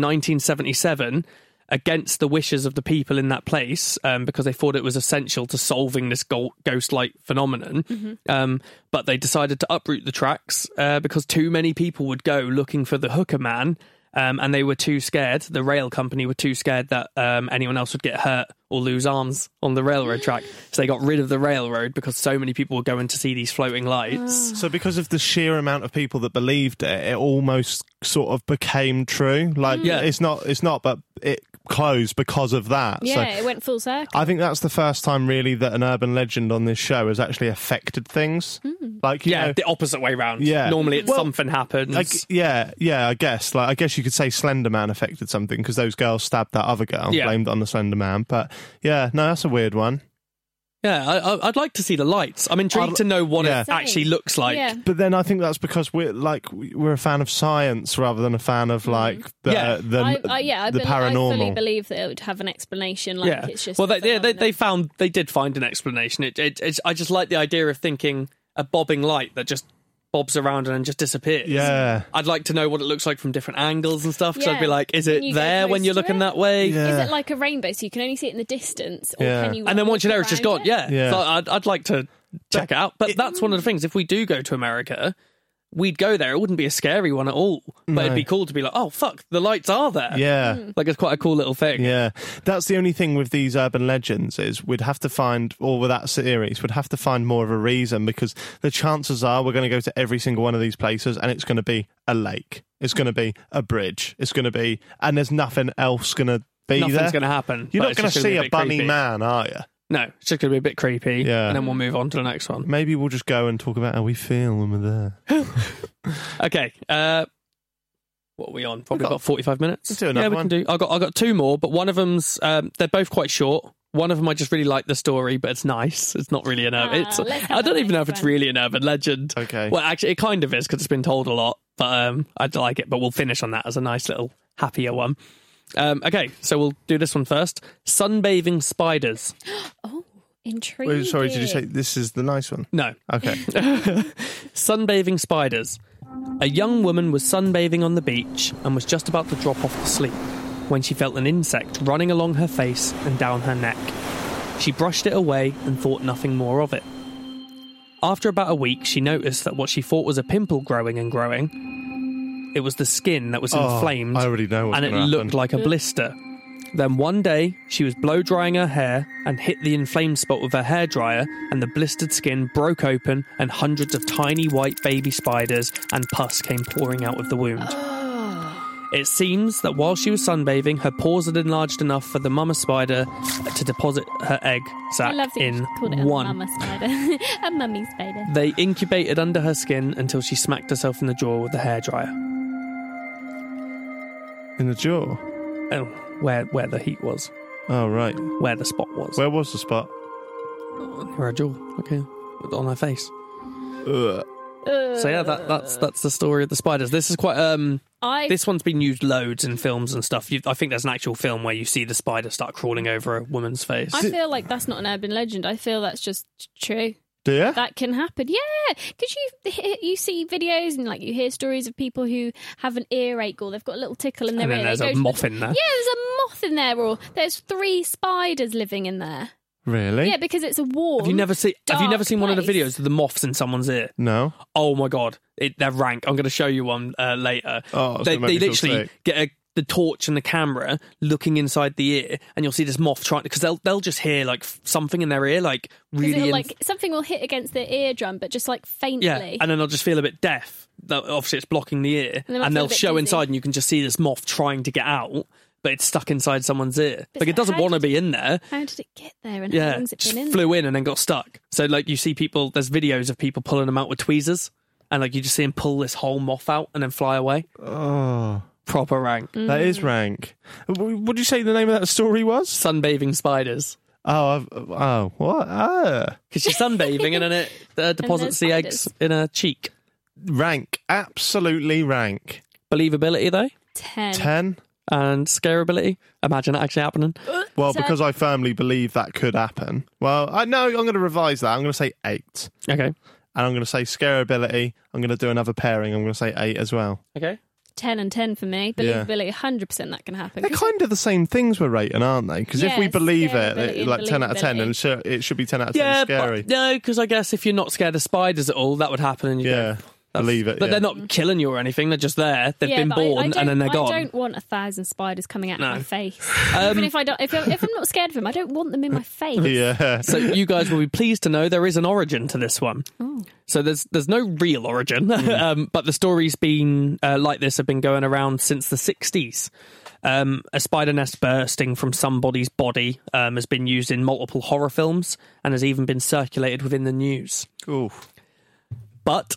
Speaker 5: 1977 against the wishes of the people in that place um, because they thought it was essential to solving this go- ghost-like phenomenon. Um, but they decided to uproot the tracks uh, because too many people would go looking for the hooker man. Um, and they were too scared. The rail company were too scared that um, anyone else would get hurt or lose arms on the railroad track. So they got rid of the railroad because so many people were going to see these floating lights.
Speaker 4: So, because of the sheer amount of people that believed it, it almost sort of became true. Like,
Speaker 5: Yeah.
Speaker 4: it's not, it's not, but it closed because of that.
Speaker 6: Yeah,
Speaker 4: So,
Speaker 6: it went full circle.
Speaker 4: I think that's the first time really that an urban legend on this show has actually affected things. Like, you
Speaker 5: Mm. Yeah,
Speaker 4: know,
Speaker 5: the opposite way round.
Speaker 4: Yeah.
Speaker 5: Normally it's something happens.
Speaker 4: like, yeah, yeah, I guess. Like, I guess you could say Slender Man affected something because those girls stabbed that other girl and
Speaker 5: Yeah.
Speaker 4: blamed it on the Slender Man. But yeah, no, that's a weird one.
Speaker 5: yeah, I, I- I'd like to see the lights. I'm intrigued
Speaker 4: I'd-
Speaker 5: to know what
Speaker 4: yeah.
Speaker 5: it actually looks like.
Speaker 6: yeah.
Speaker 4: But then I think that's because we're like we're a fan of science rather than a fan of like the uh,
Speaker 5: Yeah.
Speaker 4: the,
Speaker 6: Mm-hmm. I, I, yeah, I,
Speaker 4: the
Speaker 6: bel- I fully
Speaker 4: paranormal.
Speaker 6: believe that it would have an explanation. Like
Speaker 5: Yeah.
Speaker 6: it's just
Speaker 5: well,
Speaker 6: a
Speaker 5: they, yeah, they, they
Speaker 6: phenomenon.
Speaker 5: found they did find an explanation. It, it, it's, I just like the idea of thinking a bobbing light that just bobs around and then just disappears.
Speaker 4: yeah.
Speaker 5: I'd like to know what it looks like from different angles and stuff. Because I'd be
Speaker 6: Yeah.
Speaker 5: like, is it
Speaker 6: Can you go
Speaker 5: there when
Speaker 6: close
Speaker 5: you're
Speaker 6: to
Speaker 5: looking
Speaker 6: it?
Speaker 5: that way?
Speaker 4: Yeah.
Speaker 6: Is it like a rainbow, so you can only see it in the distance, or
Speaker 4: Yeah.
Speaker 6: can you?
Speaker 5: And then once you're there, it's just
Speaker 6: around
Speaker 5: gone. Yeah.
Speaker 4: Yeah.
Speaker 5: So I'd, I'd like to check it out. But that's one of the things. If we do go to America, we'd go there. It wouldn't be a scary one at all, but it'd be cool to be like, oh fuck, the lights are there.
Speaker 4: Yeah.
Speaker 6: mm.
Speaker 5: like it's quite a cool little thing.
Speaker 4: Yeah, that's the only thing with these urban legends is we'd have to find, or with that series, we'd have to find more of a reason because the chances are we're going to go to every single one of these places and it's going to be a lake, it's going to be a bridge, it's going to be, and there's nothing else going to be
Speaker 5: Nothing's
Speaker 4: there.
Speaker 5: gonna happen,
Speaker 4: You're
Speaker 5: but
Speaker 4: not
Speaker 5: it's
Speaker 4: going
Speaker 5: just
Speaker 4: to
Speaker 5: gonna be
Speaker 4: see
Speaker 5: a
Speaker 4: a,
Speaker 5: bit
Speaker 4: bunny
Speaker 5: creepy.
Speaker 4: man, are you?
Speaker 5: No, it's just gonna be a bit creepy.
Speaker 4: Yeah.
Speaker 5: and then we'll move on to the next one.
Speaker 4: Maybe we'll just go and talk about how we feel when we're there.
Speaker 5: Okay. Uh, what are we on? Probably about forty-five minutes.
Speaker 4: Let's do
Speaker 5: yeah,
Speaker 4: another
Speaker 5: we
Speaker 4: one.
Speaker 5: can do. I got I got two more, but one of them's um, they're both quite short. One of them I just really like the story, but it's nice. It's not really an urban.
Speaker 6: Ah,
Speaker 5: it's
Speaker 6: let's have
Speaker 5: I don't
Speaker 6: a
Speaker 5: even know if
Speaker 6: nice
Speaker 5: it's
Speaker 6: one.
Speaker 5: really an urban legend.
Speaker 4: Okay.
Speaker 5: Well, actually, it kind of is because it's been told a lot. But um, I'd like it. But we'll finish on that as a nice little happier one. Um, okay, so we'll do this one first. Sunbathing spiders.
Speaker 6: Oh, intriguing.
Speaker 4: Wait, sorry, did you say this is the nice
Speaker 6: <laughs>
Speaker 4: one?
Speaker 5: No,
Speaker 4: Okay.
Speaker 5: <laughs> Sunbathing spiders. A young woman was sunbathing on the beach and was just about to drop off to sleep when she felt an insect running along her face and down her neck. She brushed it away and thought nothing more of it. After about a week, she noticed that what she thought was a pimple growing and growing. It was the skin that was
Speaker 4: Oh,
Speaker 5: inflamed
Speaker 4: I already know what's
Speaker 5: and it
Speaker 4: gonna
Speaker 5: looked
Speaker 4: happen.
Speaker 5: like a blister. Then one day, she was blow drying her hair and hit the inflamed spot with her hairdryer, and the blistered skin broke open, and hundreds of tiny white baby spiders and pus came pouring out of the wound. It seems that while she was sunbathing, her paws had enlarged enough for the mama spider to deposit her egg
Speaker 6: I
Speaker 5: sac
Speaker 6: love that
Speaker 5: in
Speaker 6: you called it a
Speaker 5: one.
Speaker 6: mama spider, <laughs> a mummy spider.
Speaker 5: They incubated under her skin until she smacked herself in the jaw with the hairdryer.
Speaker 4: In the jaw.
Speaker 5: Oh, where where the heat was,
Speaker 4: Oh, right.
Speaker 5: where the spot was.
Speaker 4: Where was the spot?
Speaker 5: Her jaw. Okay. On her face.
Speaker 4: Ugh.
Speaker 5: So yeah, that, that's that's the story of the spiders. This is quite um.
Speaker 6: I
Speaker 5: This one's been used loads in films and stuff. You, I think there's an actual film where you see the spider start crawling over a woman's face.
Speaker 6: I feel like that's not an urban legend. I feel that's just true.
Speaker 4: Do you?
Speaker 6: That can happen. Yeah, because you he- you see videos and like you hear stories of people who have an earache or they've got a little tickle in their
Speaker 5: and
Speaker 6: ear.
Speaker 5: then there's
Speaker 6: they go
Speaker 5: a
Speaker 6: to the-
Speaker 5: moth in there.
Speaker 6: Yeah, there's a moth in there, or there's three spiders living in there.
Speaker 4: really?
Speaker 6: Yeah, because it's a warm.
Speaker 5: Have you never seen? Have you never
Speaker 6: dark
Speaker 5: seen one of the
Speaker 6: place.
Speaker 5: videos of the moths in someone's ear?
Speaker 4: No.
Speaker 5: Oh my god, it, they're rank. I'm going to show you one uh, later.
Speaker 4: Oh, it's
Speaker 5: they,
Speaker 4: gonna make
Speaker 5: they
Speaker 4: me feel
Speaker 5: literally
Speaker 4: sick.
Speaker 5: get a, the torch and the camera looking inside the ear, and you'll see this moth trying because they'll they'll just hear like f- something in their ear, like
Speaker 6: 'Cause
Speaker 5: really
Speaker 6: it'll,
Speaker 5: in-
Speaker 6: like something will hit against their eardrum, but just like faintly.
Speaker 5: Yeah, and then they'll just feel a bit deaf. They'll- obviously, it's blocking the ear,
Speaker 6: they
Speaker 5: and,
Speaker 6: might feel
Speaker 5: they'll
Speaker 6: a bit
Speaker 5: show
Speaker 6: dizzy.
Speaker 5: inside, and you can just see this moth trying to get out, but it's stuck inside someone's ear.
Speaker 6: But
Speaker 5: like it
Speaker 6: so
Speaker 5: doesn't
Speaker 6: how
Speaker 5: want to
Speaker 6: did
Speaker 5: be in there.
Speaker 6: How did it get there? And how
Speaker 5: Yeah,
Speaker 6: long's it
Speaker 5: just
Speaker 6: been in? there?
Speaker 5: flew in and then got stuck. So like you see people, there's videos of people pulling them out with tweezers, and like you just see them pull this whole moth out and then fly away.
Speaker 4: Oh,
Speaker 5: Proper rank.
Speaker 6: Mm.
Speaker 4: that is rank. W- What did you say the name of that story was?
Speaker 5: Sunbathing spiders.
Speaker 4: Oh, I've, oh, what? Ah,
Speaker 5: Because she's sunbathing and then it uh, deposits the eggs in her cheek.
Speaker 4: rank, absolutely rank.
Speaker 5: Believability though,
Speaker 6: <laughs> Ten.
Speaker 4: Ten.
Speaker 5: and scarability. Imagine it actually happening.
Speaker 4: Well,
Speaker 6: So-
Speaker 4: because I firmly believe that could happen. Well, I know I'm going to revise that. I'm going to say eight,
Speaker 5: Okay.
Speaker 4: and I'm going to say scarability. I'm going to do another pairing. I'm going to say eight as well.
Speaker 5: Okay.
Speaker 6: Ten and ten for me.
Speaker 4: Yeah.
Speaker 6: Believability, hundred percent that can happen.
Speaker 4: They're
Speaker 6: 'Cause
Speaker 4: kind of the same things we're rating, aren't they? Because if
Speaker 6: Yeah,
Speaker 4: we believe it,
Speaker 6: scarability
Speaker 4: it- like ten out of ten,
Speaker 6: and
Speaker 4: and sure, it should be ten out of ten.
Speaker 5: Yeah,
Speaker 4: scary.
Speaker 5: but no, because I guess if you're not scared of spiders at all, that would happen. And you go,
Speaker 4: yeah, believe it.
Speaker 5: but
Speaker 4: yeah.
Speaker 5: they're not killing you or anything. They're just there. They've
Speaker 6: Yeah,
Speaker 5: been
Speaker 6: but I- I
Speaker 5: born
Speaker 6: don't-
Speaker 5: and then they're
Speaker 6: I
Speaker 5: gone.
Speaker 6: don't want a thousand spiders coming out
Speaker 5: No. Um,
Speaker 6: of
Speaker 5: <laughs>
Speaker 6: my face. Even if I don't, if, I- if I'm not scared of them, I don't want them in my face.
Speaker 4: Yeah.
Speaker 5: <laughs> So you guys will be pleased to know there is an origin to this one. So there's there's no real origin, <laughs>
Speaker 4: Mm.
Speaker 5: um, but the story's been uh, like this have been going around since the 60s. Um, a spider nest bursting from somebody's body um, has been used in multiple horror films and has even been circulated within the news.
Speaker 4: Ooh.
Speaker 5: But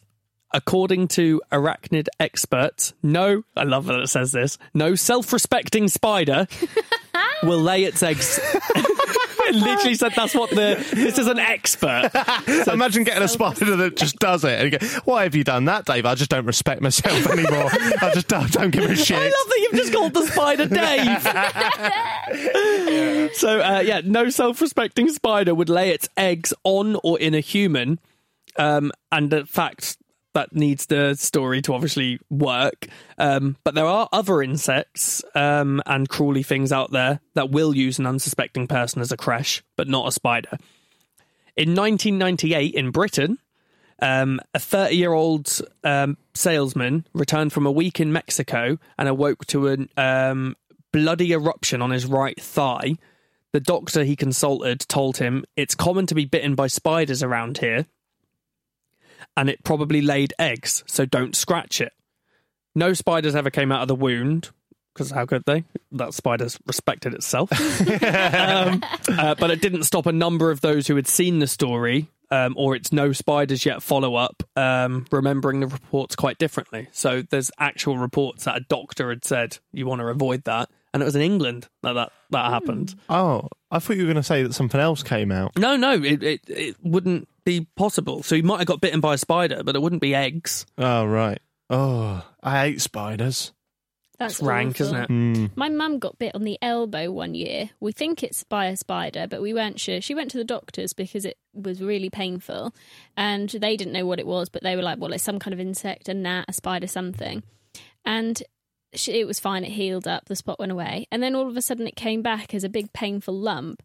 Speaker 5: according to arachnid experts, no, I love that it says this, no self respecting spider will lay its eggs. <laughs> It literally said that's what the. This is an expert.
Speaker 4: Imagine getting a spider
Speaker 5: <laughs>
Speaker 4: that just does it. And you go, Why have you done that, Dave? I just don't respect myself <laughs> anymore. I just don't, don't give a shit.
Speaker 5: <laughs> I love that you've just called the spider Dave. so uh, yeah, no self-respecting spider would lay its eggs on or in a human, um, and in fact that needs the story to obviously work. Um, but there are other insects um, and crawly things out there that will use an unsuspecting person as a crash, but not a spider. In 1998 in Britain, Um, a 30 year old um, salesman returned from a week in Mexico and awoke to a um, bloody eruption on his right thigh. The doctor he consulted told him it's common to be bitten by spiders around here and it probably laid eggs, so don't scratch it. No spiders ever came out of the wound because how could they? That spider's respected itself. um, uh, but it didn't stop a number of those who had seen the story um, or its no spiders yet follow up um, remembering the reports quite differently. So there's actual reports that a doctor had said you want to avoid that, and it was in England that that, that happened.
Speaker 6: Hmm.
Speaker 4: Oh, I thought you were going to say that something else came out.
Speaker 5: No, no, it, it it wouldn't be possible. So he might have got bitten by a spider, but it wouldn't be eggs.
Speaker 4: Oh, right. Oh, I hate spiders.
Speaker 6: That's
Speaker 5: It's rank,
Speaker 6: awful.
Speaker 5: isn't it?
Speaker 6: My mum got bit on the elbow one year. We think it's by a spider, but we weren't sure. She went to the doctors because it was really painful, and they didn't know what it was, but they were like, "Well, it's some kind of insect, a gnat, a spider, something." And she, it was fine. It healed up. The spot went away, and then all of a sudden, it came back as a big painful lump.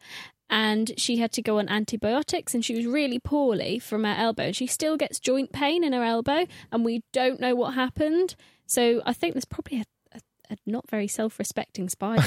Speaker 6: And she had to go on antibiotics, and she was really poorly from her elbow. She still gets joint pain in her elbow, and we don't know what happened. So I think there's probably a a not very self-respecting spider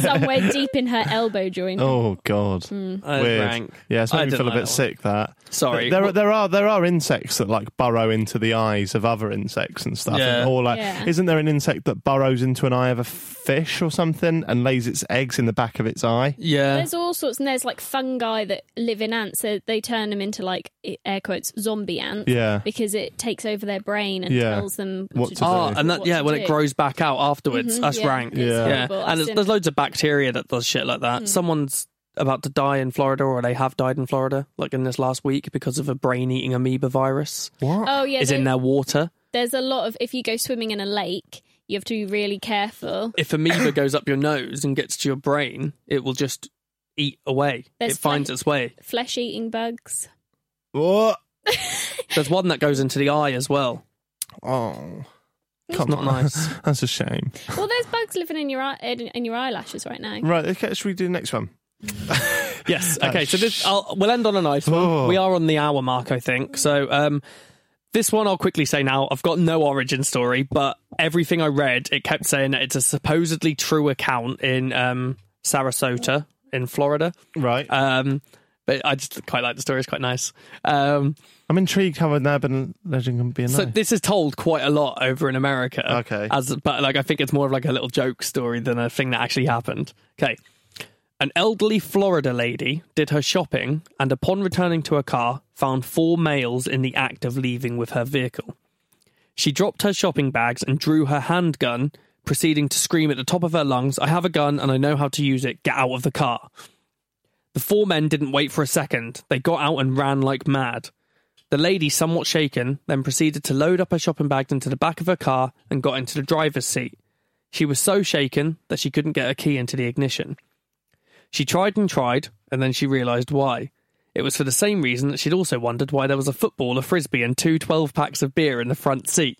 Speaker 6: somewhere deep in <laughs> her elbow joint.
Speaker 4: Oh God,
Speaker 5: Uh,
Speaker 4: weird.
Speaker 5: rank.
Speaker 4: Yeah, it's
Speaker 5: I
Speaker 4: made me
Speaker 5: didn't
Speaker 4: feel
Speaker 5: like
Speaker 4: a
Speaker 5: that
Speaker 4: bit sick. That
Speaker 5: Sorry.
Speaker 4: there are- there are there are insects that like burrow into the eyes of other insects and stuff.
Speaker 5: Yeah.
Speaker 4: Or like,
Speaker 6: Yeah.
Speaker 4: isn't there an insect that burrows into an eye of a fish or something and lays its eggs in the back of its eye?
Speaker 5: Yeah.
Speaker 6: There's all sorts, and there's like fungi that live in ants. So they turn them into like i- air quotes zombie ants.
Speaker 4: Yeah.
Speaker 6: because it takes over their brain and
Speaker 4: Yeah.
Speaker 6: tells them
Speaker 4: What
Speaker 6: to
Speaker 4: to
Speaker 6: do.
Speaker 4: do.
Speaker 5: Oh, and that
Speaker 6: what
Speaker 5: yeah,
Speaker 6: to
Speaker 5: when
Speaker 6: do.
Speaker 5: it grows back out afterwards,
Speaker 6: Mhm,
Speaker 5: that's
Speaker 6: yeah.
Speaker 5: rank.
Speaker 6: It's
Speaker 4: Yeah.
Speaker 6: horrible. I've
Speaker 5: and it's,
Speaker 6: seen
Speaker 5: there's
Speaker 6: it. Hmm.
Speaker 5: loads of bacteria that does shit like that. Someone's about to die in Florida, or they have died in Florida, like in this last week, because of a brain-eating amoeba virus
Speaker 4: What?
Speaker 6: Oh yeah,
Speaker 5: is in
Speaker 6: there-
Speaker 5: their water.
Speaker 6: there's a lot of if you go swimming in a lake, you have to be really careful.
Speaker 5: If
Speaker 6: <coughs>
Speaker 5: amoeba goes up your nose and gets to your brain, it will just eat away.
Speaker 6: There's
Speaker 5: it finds
Speaker 6: plen-
Speaker 5: its way.
Speaker 6: Flesh-eating bugs.
Speaker 4: What?
Speaker 5: There's one that goes into the eye as well.
Speaker 4: Oh,
Speaker 5: It's
Speaker 4: come
Speaker 5: not
Speaker 4: on.
Speaker 5: nice.
Speaker 4: <laughs> That's a shame.
Speaker 6: Well, there's bugs living in your eye, in, in your eyelashes right now.
Speaker 4: Right, okay, should we do the next one?
Speaker 5: Yes.
Speaker 4: Uh,
Speaker 5: Okay. So this I'll, we'll end on a nice one.
Speaker 4: Oh.
Speaker 5: We are on the hour mark, I think. So um, this one I'll quickly say now. I've got no origin story, but everything I read, it kept saying that it's a supposedly true account in um, Sarasota in Florida.
Speaker 4: Right.
Speaker 5: Um, but I just quite like the story. It's quite nice. Um,
Speaker 4: I'm intrigued how an urban legend can be a
Speaker 5: so
Speaker 4: knife.
Speaker 5: this is told quite a lot over in America.
Speaker 4: Okay.
Speaker 5: As but like I think it's more of like a little joke story than a thing that actually happened. Okay. An elderly Florida lady did her shopping and upon returning to her car found four males in the act of leaving with her vehicle. She dropped her shopping bags and drew her handgun, proceeding to scream at the top of her lungs, I have a gun and I know how to use it. Get out of the car. The four men didn't wait for a second. They got out and ran like mad. The lady, somewhat shaken, then proceeded to load up her shopping bags into the back of her car and got into the driver's seat. She was so shaken that she couldn't get her key into the ignition. She tried and tried, and then she realised why. It was for the same reason that she'd also wondered why there was a football, a frisbee, and two 12 packs of beer in the front seat.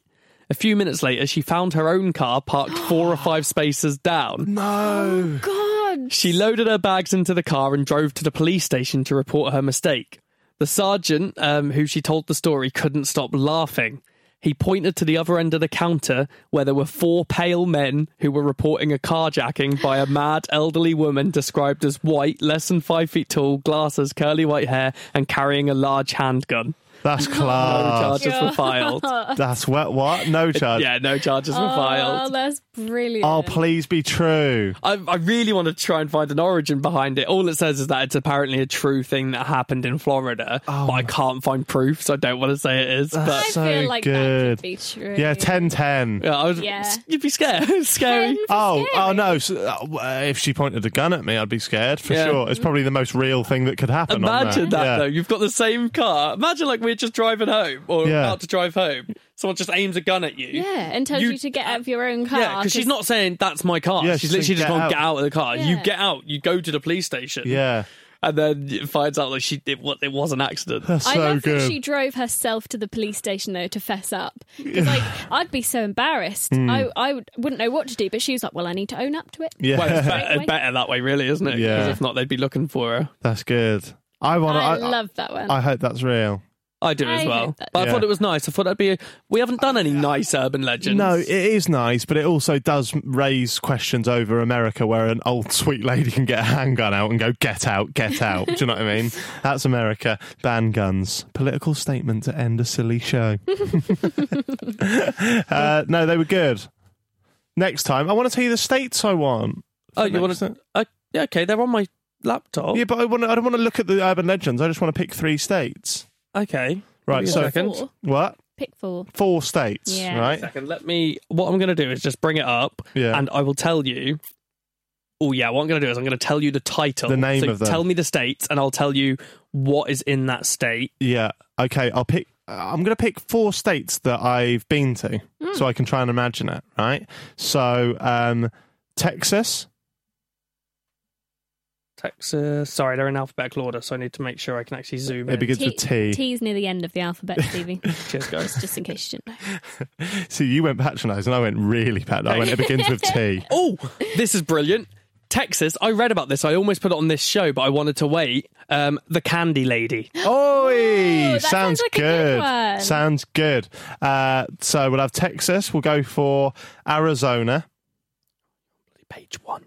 Speaker 5: A few minutes later, she found her own car parked four or five spaces down.
Speaker 4: no.
Speaker 6: God,
Speaker 5: She loaded her bags into the car and drove to the police station to report her mistake. The sergeant, um, who she told the story, couldn't stop laughing. He pointed to the other end of the counter where there were four pale men who were reporting a carjacking by a mad elderly woman described as white, less than five feet tall, glasses, curly white hair, and carrying a large handgun. <laughs>
Speaker 4: That's
Speaker 5: No
Speaker 4: class.
Speaker 5: charges were filed.
Speaker 4: Ah. That's what? What? No charge.
Speaker 5: Yeah, no charges were
Speaker 6: oh,
Speaker 5: filed.
Speaker 6: that's brilliant.
Speaker 4: Oh, please be true.
Speaker 5: I, I really want to try and find an origin behind it. All it says is that it's apparently a true thing that happened in Florida, but I can't find proof, so I don't want to say it is.
Speaker 6: I
Speaker 5: But
Speaker 4: so
Speaker 6: feel like that
Speaker 4: good.
Speaker 6: could be true.
Speaker 4: Yeah, 10 10.
Speaker 5: yeah, I was,
Speaker 6: Yeah.
Speaker 5: you'd be scared, <laughs>
Speaker 6: <laughs>
Speaker 5: scary.
Speaker 4: Oh,
Speaker 6: Scary.
Speaker 4: oh no! So, uh, if she pointed a gun at me, I'd be scared for
Speaker 5: Yeah.
Speaker 4: sure. It's probably the most real thing that could happen.
Speaker 5: Imagine
Speaker 4: on
Speaker 5: that
Speaker 4: there.
Speaker 5: though. You've got the same car. Imagine like we're just driving home or
Speaker 4: Yeah.
Speaker 5: about to drive home. Someone just aims a gun at you.
Speaker 6: Yeah, and tells
Speaker 5: You- uh,
Speaker 6: you, to get out of your own car.
Speaker 5: Yeah, because she's not saying that's my car.
Speaker 4: Yeah,
Speaker 5: she's,
Speaker 4: she's
Speaker 5: literally
Speaker 4: saying, "Get
Speaker 5: just going
Speaker 4: out."
Speaker 5: get out of the car. You
Speaker 6: Yeah.
Speaker 5: get out. You go to the police station.
Speaker 4: Yeah,
Speaker 5: and then it finds out that she it, wa- it was
Speaker 4: <laughs>
Speaker 5: an accident.
Speaker 4: that's
Speaker 6: I
Speaker 4: so
Speaker 6: love
Speaker 4: good.
Speaker 6: that she drove herself to the police station though to fess up. Because like I'd be so embarrassed.
Speaker 4: Hmm.
Speaker 6: I I would, wouldn't know what to do. But she was like, "Well, I need to own up to it."
Speaker 4: yeah,
Speaker 5: Well,
Speaker 4: <laughs>
Speaker 5: it's
Speaker 6: Straight
Speaker 5: better,
Speaker 6: away.
Speaker 5: better that way, really, isn't it? 'Cause
Speaker 4: Yeah.
Speaker 5: If not, they'd be looking for her.
Speaker 4: that's good. I want.
Speaker 6: I
Speaker 4: I,
Speaker 6: love that one.
Speaker 4: I hope that's real.
Speaker 5: I do as
Speaker 6: I
Speaker 5: well.
Speaker 6: hope that-
Speaker 5: But I thought
Speaker 4: Yeah.
Speaker 5: it was nice. I thought that'd be. A, we haven't done any nice urban legends.
Speaker 4: No, it is nice, but it also does raise questions over America where an old <laughs> sweet lady can get a handgun out and go, get out, get out. Do you know what
Speaker 5: <laughs>
Speaker 4: I mean? That's America. Ban guns. Political statement to end a silly
Speaker 5: <laughs>
Speaker 4: show. uh, no, they were good. Next time, I want to tell you the states I want.
Speaker 5: oh, you Oh. want
Speaker 4: Next
Speaker 5: to?
Speaker 4: time.
Speaker 5: Uh, yeah, okay, they're on my laptop.
Speaker 4: Yeah, but I, want to, I don't want to look at the urban legends. I just want to pick three states.
Speaker 5: Okay.
Speaker 4: Right,
Speaker 5: Give me a
Speaker 4: so-
Speaker 5: second.
Speaker 6: Four.
Speaker 4: What?
Speaker 6: Pick four.
Speaker 4: Four states,
Speaker 6: Yeah.
Speaker 4: right?
Speaker 5: second. Let me. What I'm going to do is just bring it up,
Speaker 4: Yeah.
Speaker 5: and I will tell you. Oh yeah, what I'm going to do is I'm going to tell you the title,
Speaker 4: The name
Speaker 5: So
Speaker 4: of them.
Speaker 5: Tell me the states, and I'll tell you what is in that state.
Speaker 4: Yeah. Okay. I'll pick. uh, I'm going to pick four states that I've been to,
Speaker 6: Hmm.
Speaker 4: so I can try and imagine it. Right. So, um, Texas.
Speaker 5: Texas. Sorry, they're in alphabetical order, so I need to make sure I can actually zoom
Speaker 4: It
Speaker 5: in.
Speaker 4: begins with T.
Speaker 6: T's near the end of the alphabet,
Speaker 4: <laughs>
Speaker 6: Stevie.
Speaker 5: Cheers, guys.
Speaker 6: just in case you didn't know.
Speaker 4: See, you went patronised, and I went really pat. I went. It begins with
Speaker 6: <laughs>
Speaker 4: T.
Speaker 5: Oh, this is brilliant. Texas. I read about this. I almost put it on this show, but I wanted to wait. Um, the Candy Lady.
Speaker 4: Oi!
Speaker 6: Oh, that sounds like a good one.
Speaker 4: Sounds good. Uh, so we'll have Texas. We'll go for Arizona.
Speaker 5: Page one.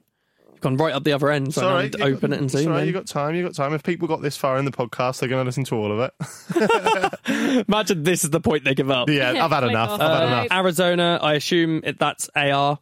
Speaker 5: You've gone right up the other end. So now I
Speaker 4: Sorry,
Speaker 5: need to open it and zoom
Speaker 4: Sorry,
Speaker 5: in.
Speaker 4: you got time. You got time. If people got this far in the podcast, they're going to listen to all of it. <laughs>
Speaker 5: Imagine this is the point they give up.
Speaker 6: <laughs>
Speaker 4: Yeah, I've had
Speaker 6: Click
Speaker 4: enough.
Speaker 6: off.
Speaker 4: I've had
Speaker 6: Uh,
Speaker 4: enough.
Speaker 5: Arizona. I assume it, that's AR.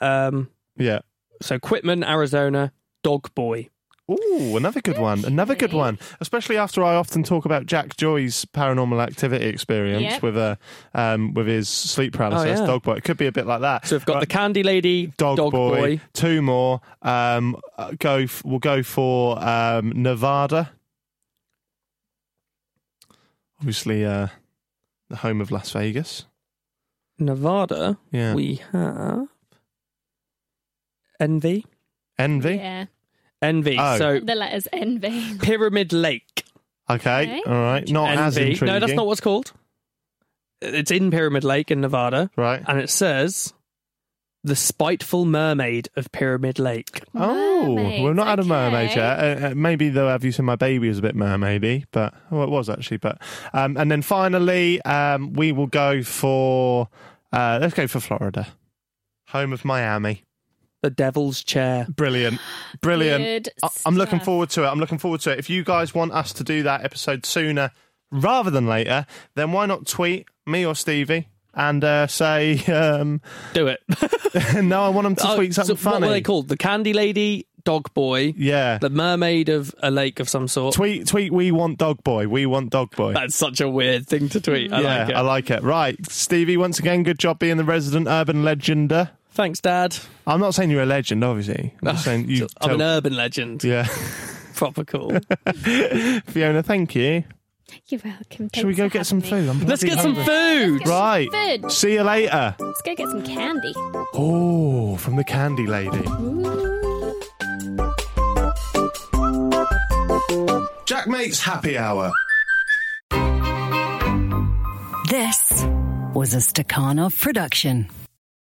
Speaker 5: Um,
Speaker 4: Yeah.
Speaker 5: so Quitman, Arizona, Dog Boy.
Speaker 4: Ooh, another good one. Another good one. Especially after I often talk about Jack Joy's paranormal activity experience
Speaker 6: Yep.
Speaker 4: with a um, with his sleep paralysis
Speaker 5: Oh, yeah.
Speaker 4: dog boy. It could be a bit like that.
Speaker 5: So we've got
Speaker 4: Right,
Speaker 5: the Candy Lady,
Speaker 4: dog,
Speaker 5: Dog,
Speaker 4: boy,
Speaker 5: Boy.
Speaker 4: Two more. Um, uh, go. F- we'll go for um, Nevada. Obviously, uh, the home of Las Vegas.
Speaker 5: Nevada.
Speaker 4: Yeah.
Speaker 5: We have Envy.
Speaker 4: Envy.
Speaker 6: Yeah,
Speaker 5: Envy.
Speaker 4: Oh.
Speaker 5: So
Speaker 6: the letters NV.
Speaker 5: Pyramid Lake.
Speaker 4: Okay.
Speaker 6: Okay.
Speaker 4: All right. Not as
Speaker 5: Envy.
Speaker 4: Oh, intriguing.
Speaker 5: No, that's not what it's called. It's in Pyramid Lake in Nevada,
Speaker 4: Right.
Speaker 5: and it says the spiteful mermaid of Pyramid Lake.
Speaker 4: Oh,
Speaker 6: Mermaids,
Speaker 4: we've not had a mermaid
Speaker 6: okay.
Speaker 4: yet. Uh, uh, maybe they'll have you seen my baby was a bit mermaidy, but well, it was actually. But um, and then finally, um, we will go for uh, let's go for Florida, home of Miami.
Speaker 5: The Devil's Chair. <gasps>
Speaker 4: Brilliant, brilliant.
Speaker 6: Good
Speaker 4: I- I'm looking
Speaker 6: stuff.
Speaker 4: forward to it. I'm looking forward to it. If you guys want us to do that episode sooner rather than later, then why not tweet me or Stevie? And uh, say, um, <laughs>
Speaker 5: Do it.
Speaker 4: no, I want them to
Speaker 5: Oh,
Speaker 4: tweet something
Speaker 5: <laughs> so
Speaker 4: funny.
Speaker 5: What were they called? The Candy Lady, Dog Boy,
Speaker 4: Yeah.
Speaker 5: the Mermaid of a Lake of some sort.
Speaker 4: tweet, tweet, we want dog boy. We want dog boy.
Speaker 5: <laughs> That's such a weird thing to tweet. I
Speaker 4: yeah,
Speaker 5: like it.
Speaker 4: I like it. Right, Stevie, once again, good job being the resident urban legender.
Speaker 5: Thanks, Dad.
Speaker 4: I'm not saying you're a legend, obviously. I'm just saying you.
Speaker 5: <laughs> I'm
Speaker 4: tell-
Speaker 5: an urban
Speaker 4: <laughs>
Speaker 5: legend.
Speaker 4: yeah, <laughs>
Speaker 5: Proper cool.
Speaker 4: Fiona, thank you.
Speaker 6: You're welcome.
Speaker 4: Should we
Speaker 6: Thanks
Speaker 4: go
Speaker 6: for
Speaker 4: get some
Speaker 6: having me.
Speaker 4: food? I'm
Speaker 5: Let's
Speaker 4: bloody
Speaker 5: get some
Speaker 4: hungry.
Speaker 5: food.
Speaker 6: some
Speaker 4: Right.
Speaker 6: food.
Speaker 4: See you later.
Speaker 6: Let's go get some candy.
Speaker 4: Oh, from the candy lady. Jack Mate's happy hour.
Speaker 8: This was a Stakhanov production.